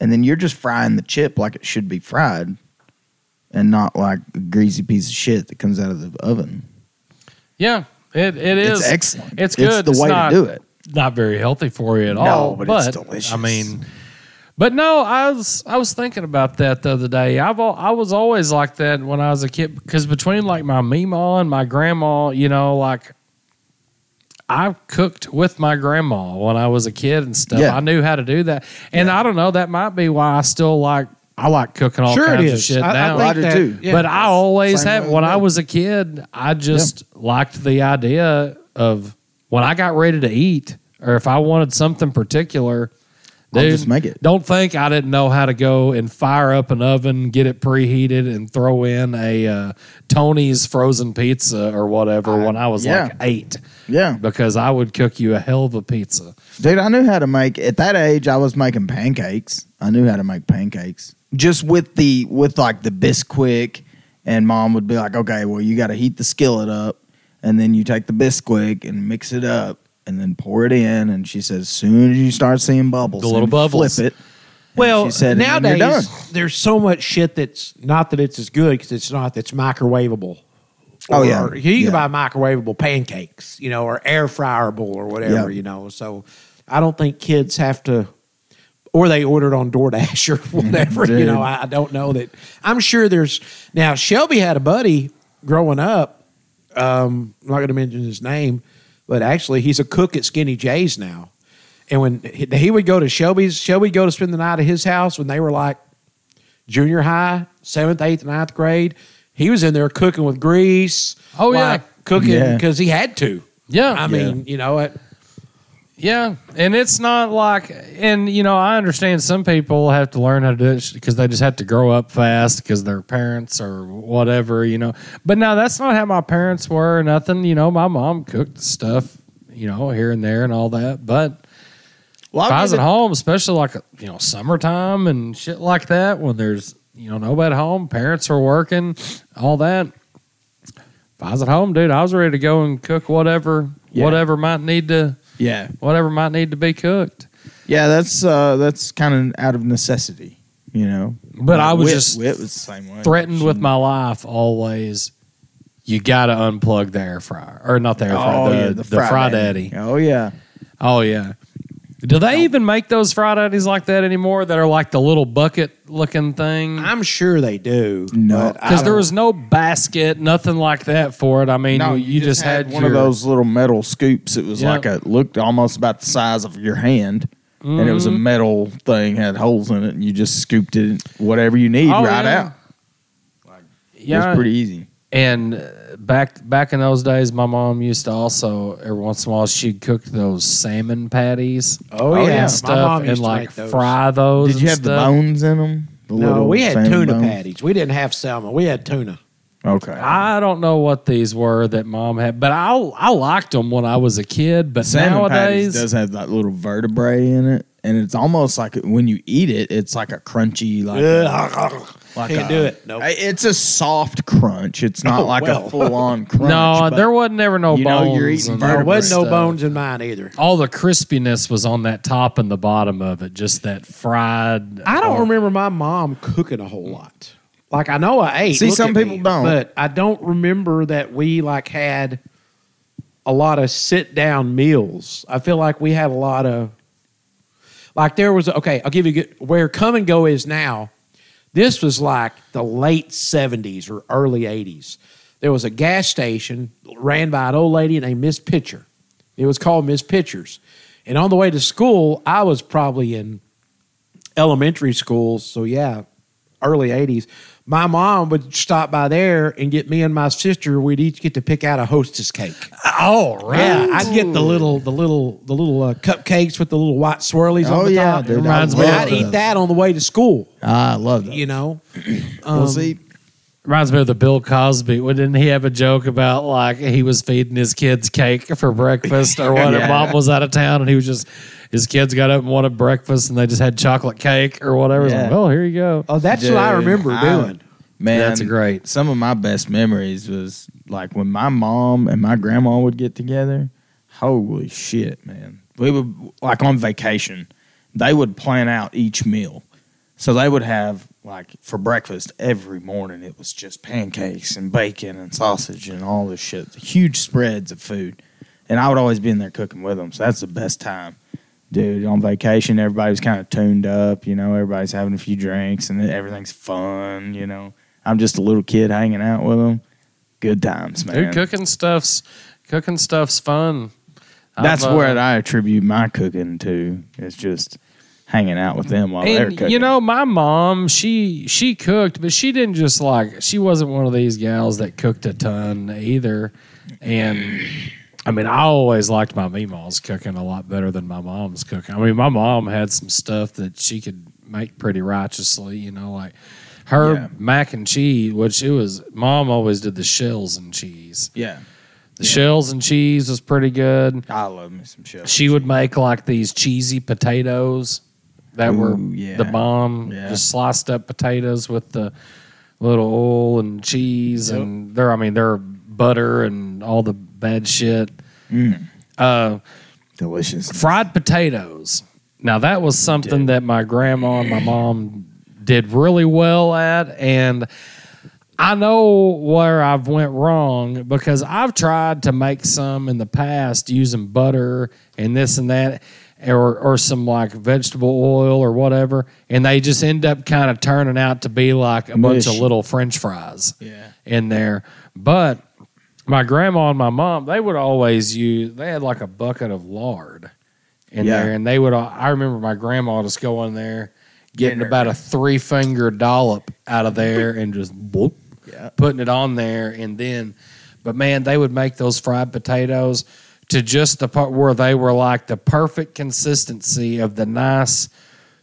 and then you're just frying the chip like it should be fried, and not like a greasy piece of shit that comes out of the oven.
Yeah. It it is
It's excellent.
It's good.
It's the way
not,
to do it.
Not very healthy for you at
No,
all.
but it's delicious.
I mean but no, I was I was thinking about that the other day. I've al- I was always like that when I was a kid because between like my mima and my grandma, you know, like I cooked with my grandma when I was a kid and stuff.
Yeah.
I knew how to do that, and I don't know. That might be why I still like I like cooking all
Sure it
kinds of
is.
shit
I- I
now.
think
I do
that-
too.
yeah.
but I always
Same
had
way
when
with
I
me.
was a kid. I just liked the idea of when I got ready to eat, or if I wanted something particular.
I'll
dude,
just make it.
Don't think I didn't know how to go and fire up an oven, get it preheated, and throw in a uh, Tony's frozen pizza or whatever when I was
yeah.
like eight
Yeah.
because I would cook you a hell of a pizza.
Dude, I knew how to make at that age I was making pancakes. I knew how to make pancakes. Just with the with like the Bisquick and mom would be like, "Okay, well you got to heat the skillet up and then you take the Bisquick and mix it up and then pour it in." And she says, "As soon as you start seeing bubbles,
The little
then
bubbles.
flip it." And
Well,
she said, "And then you're
nowadays
done."
there's so much shit that's not that it's as good because it's not that's microwavable.
Oh,
Or-
yeah.
or you
Yeah.
can buy microwavable pancakes, you know, or air fryerable or whatever,
Yeah.
you know. So I don't think kids have to, or they ordered on DoorDash or whatever, you
Dude.
know. I, I don't know that. I'm sure there's now. Shelby had a buddy growing up. Um, I'm not going to mention his name, but actually he's a cook at Skinny J's now. And when he, he would go to Shelby's, Shelby would go to spend the night at his house when they were like junior high, seventh, eighth, ninth grade. He was in there cooking with grease.
Oh, yeah.
cooking
Yeah.
because he had to.
Yeah.
I mean, you know, it,
Yeah, and it's not like, and you know, I understand some people have to learn how to do it because they just have to grow up fast because their parents or whatever, you know. But no, that's not how my parents were. or Nothing, you know. My mom cooked stuff, you know, here and there and all that. But
Well,
if I was
give
at
it-
home, especially like you know summertime and shit like that, when there's you know nobody at home, parents are working, all that. If I was at home, dude, I was ready to go and cook whatever
Yeah.
whatever might need to
Yeah.
whatever might need to be cooked.
Yeah, that's uh, that's kind of out of necessity, you know.
But I was
Whit-
just
Whit was the same way.
Threatened with my life always. You got to unplug the air fryer, or not the air fryer,
Oh,
the,
yeah,
the, fry daddy.
Oh yeah.
Oh yeah. Do they even make those fried daddies like that anymore? That are like the little bucket looking thing?
I'm sure they do.
No.
but I
Because there
don't-
was no basket, nothing like that for it. I mean,
No,
you, you just had,
one of
your-
those little metal scoops. It was
Yeah.
like a looked almost about the size of your hand, and it was
Mm-hmm.
a metal thing had holes in it, and you just scooped it whatever you need
Oh,
right
yeah.
out. it
Yeah,
was pretty easy.
And uh, back back in those days, my mom used to also every once in a while she'd cook those salmon patties.
Oh,
yeah. My
and stuff
mom
and
used to
like
make those.
fry those.
Did you
and
have the
stuff.
bones in them? The
No,
little
we had
salmon
tuna
bones?
patties. We didn't have salmon. We had tuna.
Okay.
I don't know what these were that mom had, but I I liked them when I was a kid. But
salmon patties
nowadays,
does have that little vertebrae in it, and it's almost like when you eat it, it's like a crunchy like. like
Can't
a-
do it. Nope.
I- It's a soft crunch. It's not
Oh,
like
well.
a full on crunch.
no,
but-
there wasn't ever no
you know
bones.
you're eating
and
There wasn't no
stuff.
bones in mine either.
All the crispiness was on that top and the bottom of it, just that fried.
I don't remember my mom cooking a whole lot. Like I know I ate.
See,
look at
some people
me,
don't.
but I don't remember that we like had a lot of sit down meals. I feel like we had a lot of like there was okay. I'll give you a good, where come and go is now. This was like the late seventies or early eighties. There was a gas station ran by an old lady named Miss Pitcher. It was called Miss Pitchers. And on the way to school, I was probably in elementary school. So yeah, early eighties. My mom would stop by there and get me and my sister. We'd each get to pick out a hostess cake.
Oh, right.
Yeah, I'd get the little, the little, the little uh, cupcakes with the little white swirlies
Oh,
on the
yeah,
top.
dude, I
reminds me.
love
I'd eat
those.
that on the way to school.
I love that.
You know, Um,
Well, see,
Reminds me of the Bill Cosby. Well, Didn't he have a joke about like he was feeding his kids cake for breakfast or what?
Yeah.
And mom was out of town and he was just, his kids got up and wanted breakfast and they just had chocolate cake or whatever. It's like,
Yeah.
well, here you go.
oh, that's what I
Dude,
remember
I-
doing.
man,
That's great.
Some of my best memories was like when my mom and my grandma would get together. Holy shit, man! We would like on vacation. They would plan out each meal, so they would have like for breakfast every morning. It was just pancakes and bacon and sausage and all this shit. Huge spreads of food, and I would always be in there cooking with them. So that's the best time. dude, on vacation, everybody's kind of tuned up, you know, everybody's having a few drinks and everything's fun, you know. I'm just a little kid hanging out with them. Good times, man.
Dude, cooking stuff's, cooking stuff's fun.
That's
I've, uh,
what I attribute my cooking to. It's just hanging out with them while they're
and
cooking.
you know my mom she she cooked but she didn't just like she wasn't one of these gals that cooked a ton either and i mean i always liked my meemaw's cooking a lot better than my mom's cooking i mean my mom had some stuff that she could make pretty righteously you know like her
Yeah.
mac and cheese which it was mom always did the shells and cheese
yeah,
the shells and cheese was pretty good
I love me some shit.
she would make like these cheesy potatoes that were
Ooh, yeah.
the bomb,
Yeah.
just sliced up potatoes with the little oil and cheese and there I mean there are butter and all the bad shit.
Mm.
Uh,
Delicious.
fried potatoes. Now that was something that my grandma and my mom did really well at and I know where I've went wrong because I've tried to make some in the past using butter and this and that or or some like vegetable oil or whatever and they just end up kind of turning out to be like a bunch of
Mush.
little french fries
Yeah.
in there. But my grandma and my mom, they would always use they had like a bucket of lard in
Yeah.
there and they would I remember my grandma just going there getting
Getting her-
about a three finger dollop out of there and just boop,
Yeah.
putting it on there and then but man they would make those fried potatoes to just the part where they were like the perfect consistency of the nice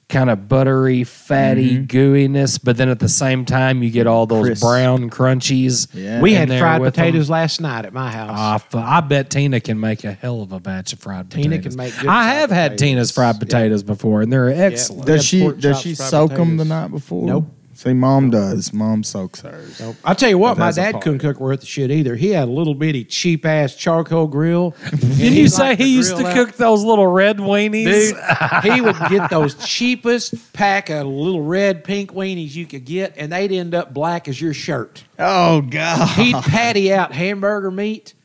kind of buttery fatty gooiness but then at the same time you get all those
Mm-hmm. Crisp.
brown crunchies
Yeah.
We
in
had
there
fried
with 'em.
potatoes last night at my house.
Ah.
I f- I bet Tina can make a hell of a batch of fried potatoes.
Tina can make good
I
fried
have had
potatoes.
Tina's fried potatoes before, and they're excellent.
We
Does
had
she
pork
does
chops,
she
fried
soak them the
potatoes.
night before?
Nope.
See, mom does. Mom soaks hers.
I tell you what,
But
my
that's a
dad
part.
couldn't cook worth a shit either. He had a little bitty cheap ass charcoal grill.
Didn't you say he used to cook those little red weenies?
Dude, he would get those cheapest pack of little red pink weenies you could get, and they'd end up black as your shirt.
Oh God.
He'd patty out hamburger meat,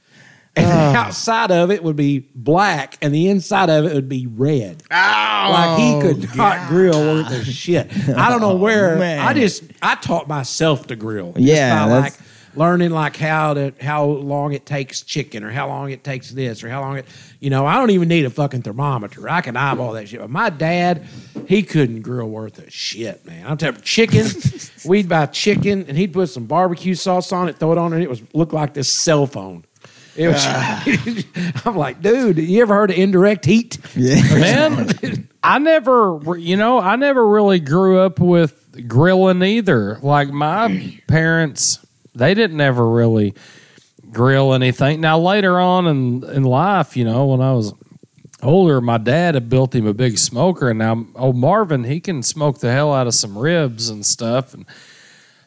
Ah.
and the outside of it would be black, and the inside of it would be red. Like
Oh,
he could not grill worth a shit. I don't know where.
man.
I just I taught myself to grill. just
Yeah,
by like
that's-
learning like how to how long it takes chicken or how long it takes this or how long it. You know, I don't even need a fucking thermometer. I can eyeball that shit. But my dad, he couldn't grill worth a shit, man. I'm telling you, chicken. we'd buy chicken and he'd put some barbecue sauce on it, throw it on, and it was looked like this cell phone. It was,
Ah.
I'm like, dude, you ever heard of indirect heat?
Yeah.
Man, I never, re- you know, I never really grew up with grilling either. Like my parents, they didn't ever really grill anything. Now later on in in life, you know, when I was older, my dad had built him a big smoker, and now old Marvin, he can smoke the hell out of some ribs and stuff, and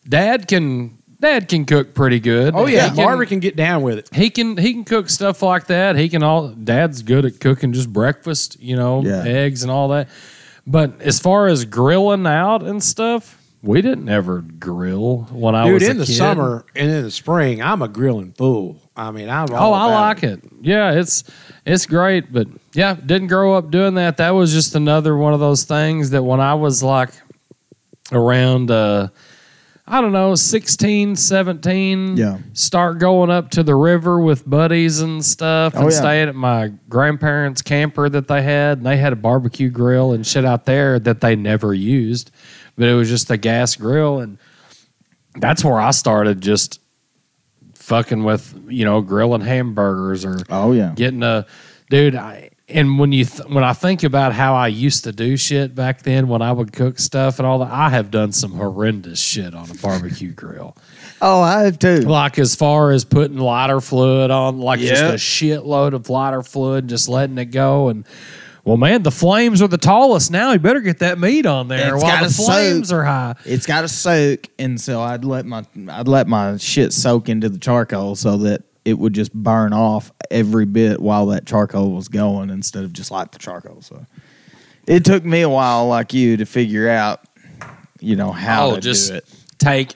Dad can. Dad can cook pretty good.
Oh yeah,
He can-
Marvin can get down with it.
he can he can cook stuff like that. He can all dad's good at cooking just breakfast, you know,
Yeah.
eggs and all that. But as far as grilling out and stuff, we didn't ever grill when I
Dude,
was a
in the
kid.
summer and in the spring, I'm a grilling fool. I mean, I'm
Oh,
all
I
about
like it. Yeah, it's it's great, but yeah, didn't grow up doing that. That was just another one of those things that when I was like around uh I don't know, 16, 17,
Yeah.
start going up to the river with buddies and stuff
Oh,
and
yeah.
staying at my grandparents' camper that they had. And they had a barbecue grill and shit out there that they never used, but it was just a gas grill. And that's where I started just fucking with, you know, grilling hamburgers or
Oh yeah.
getting a dude I, and when you th- when i think about how i used to do shit back then when i would cook stuff and all that i have done some horrendous shit on a barbecue grill
Oh, I have too.
like as far as putting lighter fluid on like just
Yeah.
a shitload of lighter fluid just letting it go and well man the flames are the tallest now you better get that meat on there
It's
while
gotta
the flames are high
It's got to soak, and so I'd let my I'd let my shit soak into the charcoal so that it would just burn off every bit while that charcoal was going, instead of just light the charcoal. So it took me a while, like you, to figure out, you know, how
Oh,
to
just
do it.
take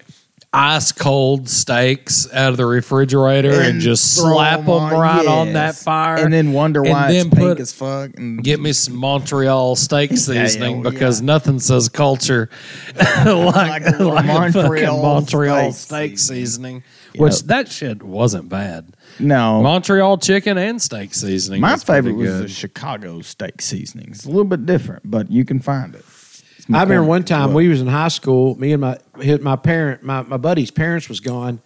ice cold steaks out of the refrigerator and, just
throw
slap
'em
them right on
yes.
that fire,
and then wonder
and
why
then
it's pink
put-
as fuck. And
Get me some Montreal steak seasoning
yeah.
because nothing says culture like, like,
a
a fucking Montreal,
Montreal steak
steak, seasoning, which
Yep.
that shit wasn't bad.
no,
Montreal chicken and steak seasoning.
my
was pretty
favorite was
good.
the Chicago steak seasoning. It's a little bit different, but you can find it. It's
I remember one
McCormick as
time
well.
we was in high school. Me and my his- my parent my my buddy's parents was gone,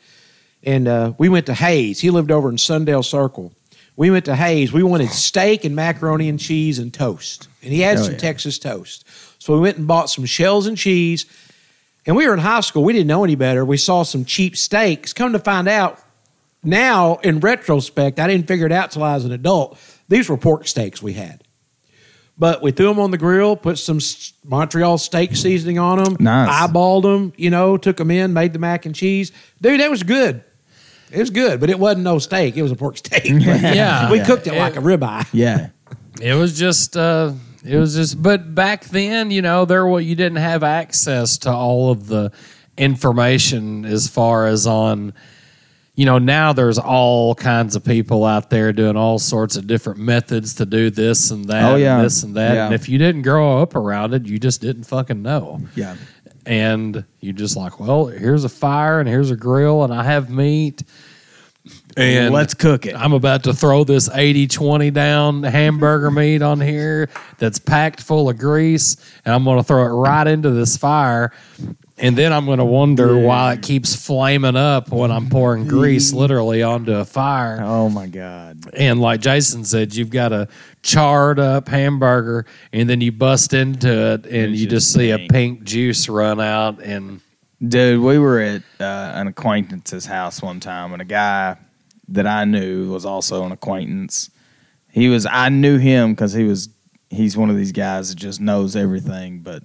and uh, we went to Hayes. He lived over in Sundale Circle. We went to Hayes. We wanted steak and macaroni and cheese and toast, and he had
Oh,
some
yeah.
Texas toast. So we went and bought some shells and cheese. And we were in high school. We didn't know any better. We saw some cheap steaks. Come to find out, now in retrospect, I didn't figure it out till I was an adult. These were pork steaks we had. But we threw them on the grill, put some s- Montreal steak seasoning on them,
Nice.
eyeballed them, you know, took them in, made the mac and cheese. Dude, that was good. It was good, but it wasn't no steak. It was a pork steak.
Yeah.
we cooked it like a ribeye.
Yeah.
It was just, uh, it was just, but back then, you know, there were, you didn't have access to all of the information as far as on, you know, now there's all kinds of people out there doing all sorts of different methods to do this and that,
Oh, yeah.
and this and that.
Yeah.
And if you didn't grow up around it, you just didn't fucking know.
Yeah.
And you just like, well, here's a fire and here's a grill and I have meat. And
let's cook it.
I'm about to throw this 80 20 down hamburger meat on here that's packed full of grease, and I'm going to throw it right into this fire. And then I'm going to wonder why it keeps flaming up when I'm pouring grease literally onto a fire.
Oh my god.
And like Jason said, you've got a charred up hamburger, and then you bust into it, and you just see a pink juice run out. And
Dude, we were at uh, an acquaintance's house one time, and a guy that I knew was also an acquaintance. He was I knew him because he was he's one of these guys that just knows everything, but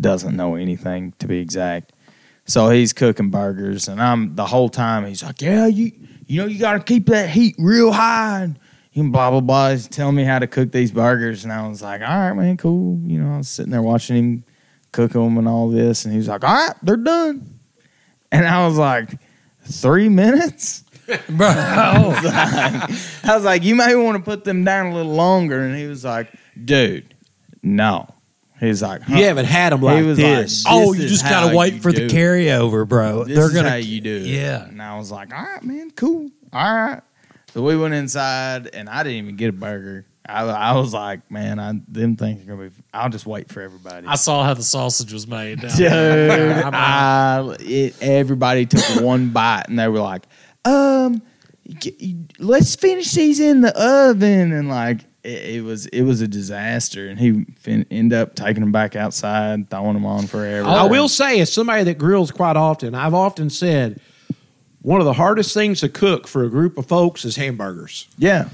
doesn't know anything to be exact. So he's cooking burgers, and I'm the whole time he's like, "Yeah, you you know you got to keep that heat real high." And he blah blah blah. He's telling me how to cook these burgers, and I was like, "All right, man, cool." You know, I was sitting there watching him cook them and all this, and he was like, "All right, they're done," and I was like, three minutes."
Bro, oh,
I was like, you may want to put them down a little longer. And he was like, dude, no. He's like, huh.
You haven't had them like
he was
this.
like,
oh,
this
you
is
just
how
gotta wait
you
for
do
the
it.
carryover, bro.
This
They're
is
gonna
how you do it.
Yeah.
And I was like, all right, man, cool. All right. So we went inside, and I didn't even get a burger. I, I was like, man, I them things are gonna be. I'll just wait for everybody.
I saw how the sausage was made. down
Dude,
there. I'm like,
Uh, I, it, everybody took one bite and they were like, um, g- y- let's finish these in the oven. And like, it, it was it was a disaster. And he fin- ended up taking them back outside, throwing them on forever.
I will say, as somebody that grills quite often, I've often said one of the hardest things to cook for a group of folks is hamburgers.
Yeah.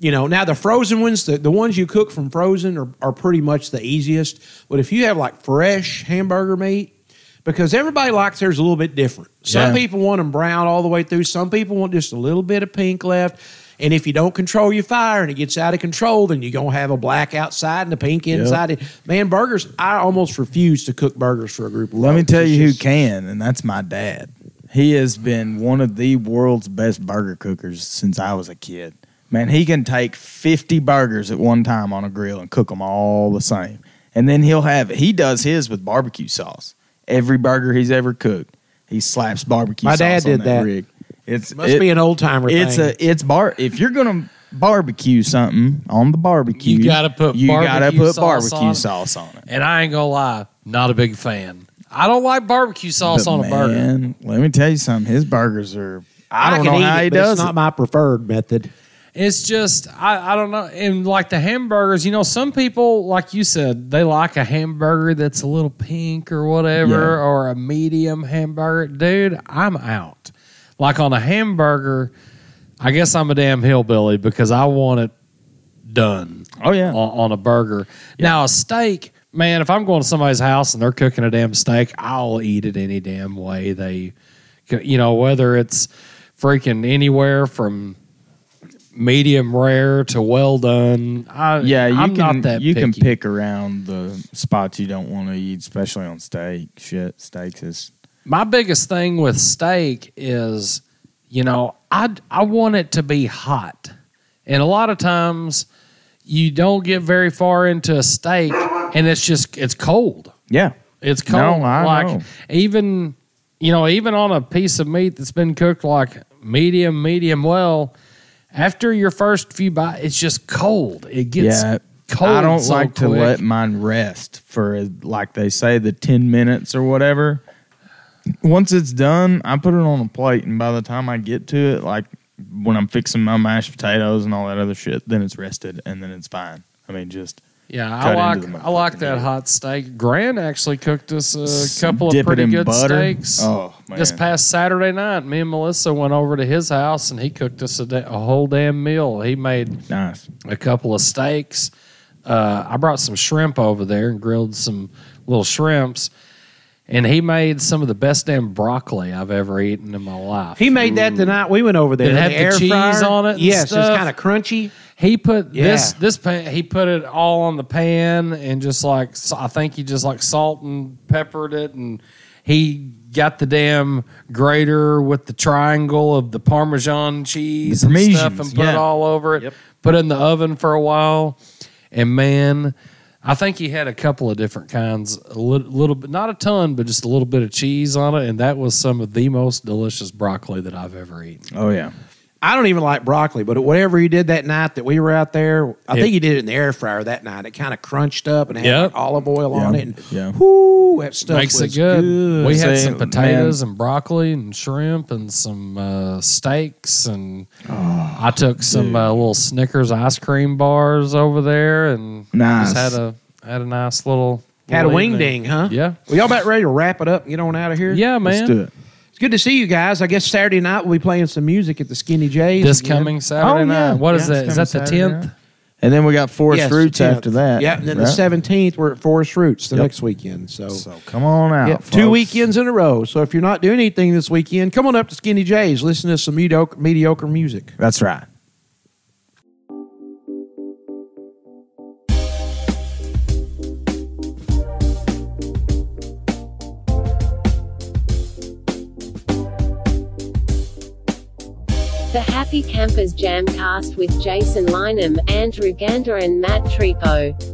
You know, now the frozen ones, the, the ones you cook from frozen are, are pretty much the easiest. But if you have like fresh hamburger meat, because everybody likes theirs a little bit different. Some
Yeah.
people want them brown all the way through, some people want just a little bit of pink left. And if you don't control your fire and it gets out of control, then you're going to have a black outside and a pink inside. Man, burgers, I almost refuse to cook burgers for a group of
Let me
folks.
tell
It's
you who
just-
can, and that's my dad. He has been one of the world's best burger cookers since I was a kid. Man, he can take 50 burgers at one time on a grill and cook them all the same. And then he'll have, he does his with barbecue sauce. Every burger he's ever cooked, he slaps barbecue
My
sauce
dad
on
did that.
rig. It's,
Must
it-
be an old timer
It's
thing.
a, it's bar, if you're going to barbecue something on the barbecue,
You gotta put
you gotta
barbecue
put
sauce
barbecue
on it.
sauce on it.
and I ain't gonna lie, not a big fan. I don't like barbecue sauce
But
on a burger.
man, Let me tell you something. His burgers are. I don't
can
know
eat
how
it,
he
but
does
It's
it.
not my preferred method.
It's just I, I don't know. And like the hamburgers, you know, some people, like you said, they like a hamburger that's a little pink or whatever,
Yeah.
or a medium hamburger. Dude, I'm out. Like on a hamburger, I guess I'm a damn hillbilly because I want it done.
oh yeah.
on, on a burger. Now a steak, man, if I'm going to somebody's house and they're cooking a damn steak, I'll eat it any damn way they, you know, whether it's freaking anywhere from medium rare to well done. I,
yeah, you
I'm
can
not that
you can
picky.
pick around the spots you don't want to eat, especially on steak. Shit, steaks is
My biggest thing with steak is, you know, I I want it to be hot, and a lot of times you don't get very far into a steak and it's just it's cold.
yeah.
It's
No,
cold.
I
like
know.
even you know, even on a piece of meat that's been cooked like medium, medium well, after your first few bites, it's just cold. It gets
yeah,
cold.
I don't
so
like to
quick.
let mine rest for like they say the ten minutes or whatever. Once it's done, I put it on a plate, and by the time I get to it, like when I'm fixing my mashed potatoes and all that other shit, then it's rested and then it's fine. I mean, just
Yeah,
cut
I
into
like
the
I like
motherfucking
that
meat.
hot steak. Gran actually cooked us
S-
a couple
dip it
of pretty
in
good
butter.
steaks.
Oh, man.
This past Saturday night, me and Melissa went over to his house and he cooked us a, da- a whole damn meal. He made
nice.
a couple of steaks. Uh, I brought some shrimp over there and grilled some little shrimps. And he made some of the best damn broccoli I've ever eaten in my life.
He made that the night we went over there.
Did it have
the
the
air
cheese
fryer.
on it and
Yes,
stuff?
it's kind of crunchy.
He put this
Yeah.
this pan, he put it all on the pan and just like s- I think he just like salt and peppered it and he got the damn grater with the triangle of the parmesan cheese
The
and stuff
Parmesans,
and put it
yeah.
all over it.
Yep.
Put it in the oven for a while and man I think he had a couple of different kinds, a little, little bit, not a ton, but just a little bit of cheese on it, and that was some of the most delicious broccoli that I've ever eaten.
Oh yeah.
I don't even like broccoli, but whatever he did that night that we were out there, I
Yeah.
think he did it in the air fryer that night. It kind of crunched up and had
Yep.
like olive oil on
Yeah.
it. And
Yeah.
whoo, that stuff
makes it
was
good. We had
See,
some
man.
potatoes and broccoli and shrimp and some uh, steaks and
Oh.
I took some uh, little Snickers ice cream bars over there and
Nice.
just had a had a nice little
Had a
little
wing
evening.
ding, huh?
Yeah.
Well, y'all about ready to wrap it up and get on out of here?
Yeah, man.
Let's do it.
It's good to see you guys. I guess Saturday night we'll be playing some music at the Skinny J's.
This
again.
coming Saturday
Oh, yeah.
night. What is
Yeah,
that?
it's
Is that the
coming Saturday
tenth?
night. And then we got Forest
Yes,
Roots
10th.
after that.
Yeah, and then the
right?
seventeenth we're at Forest Roots the next weekend. So,
So come on out.
yeah,
folks.
two weekends in a row. So if you're not doing anything this weekend, come on up to Skinny J's, listen to some mediocre, mediocre music.
That's right.
The Happy Campers Jamcast with Jason Lynham, Andrew Gander, and Matt Tripo.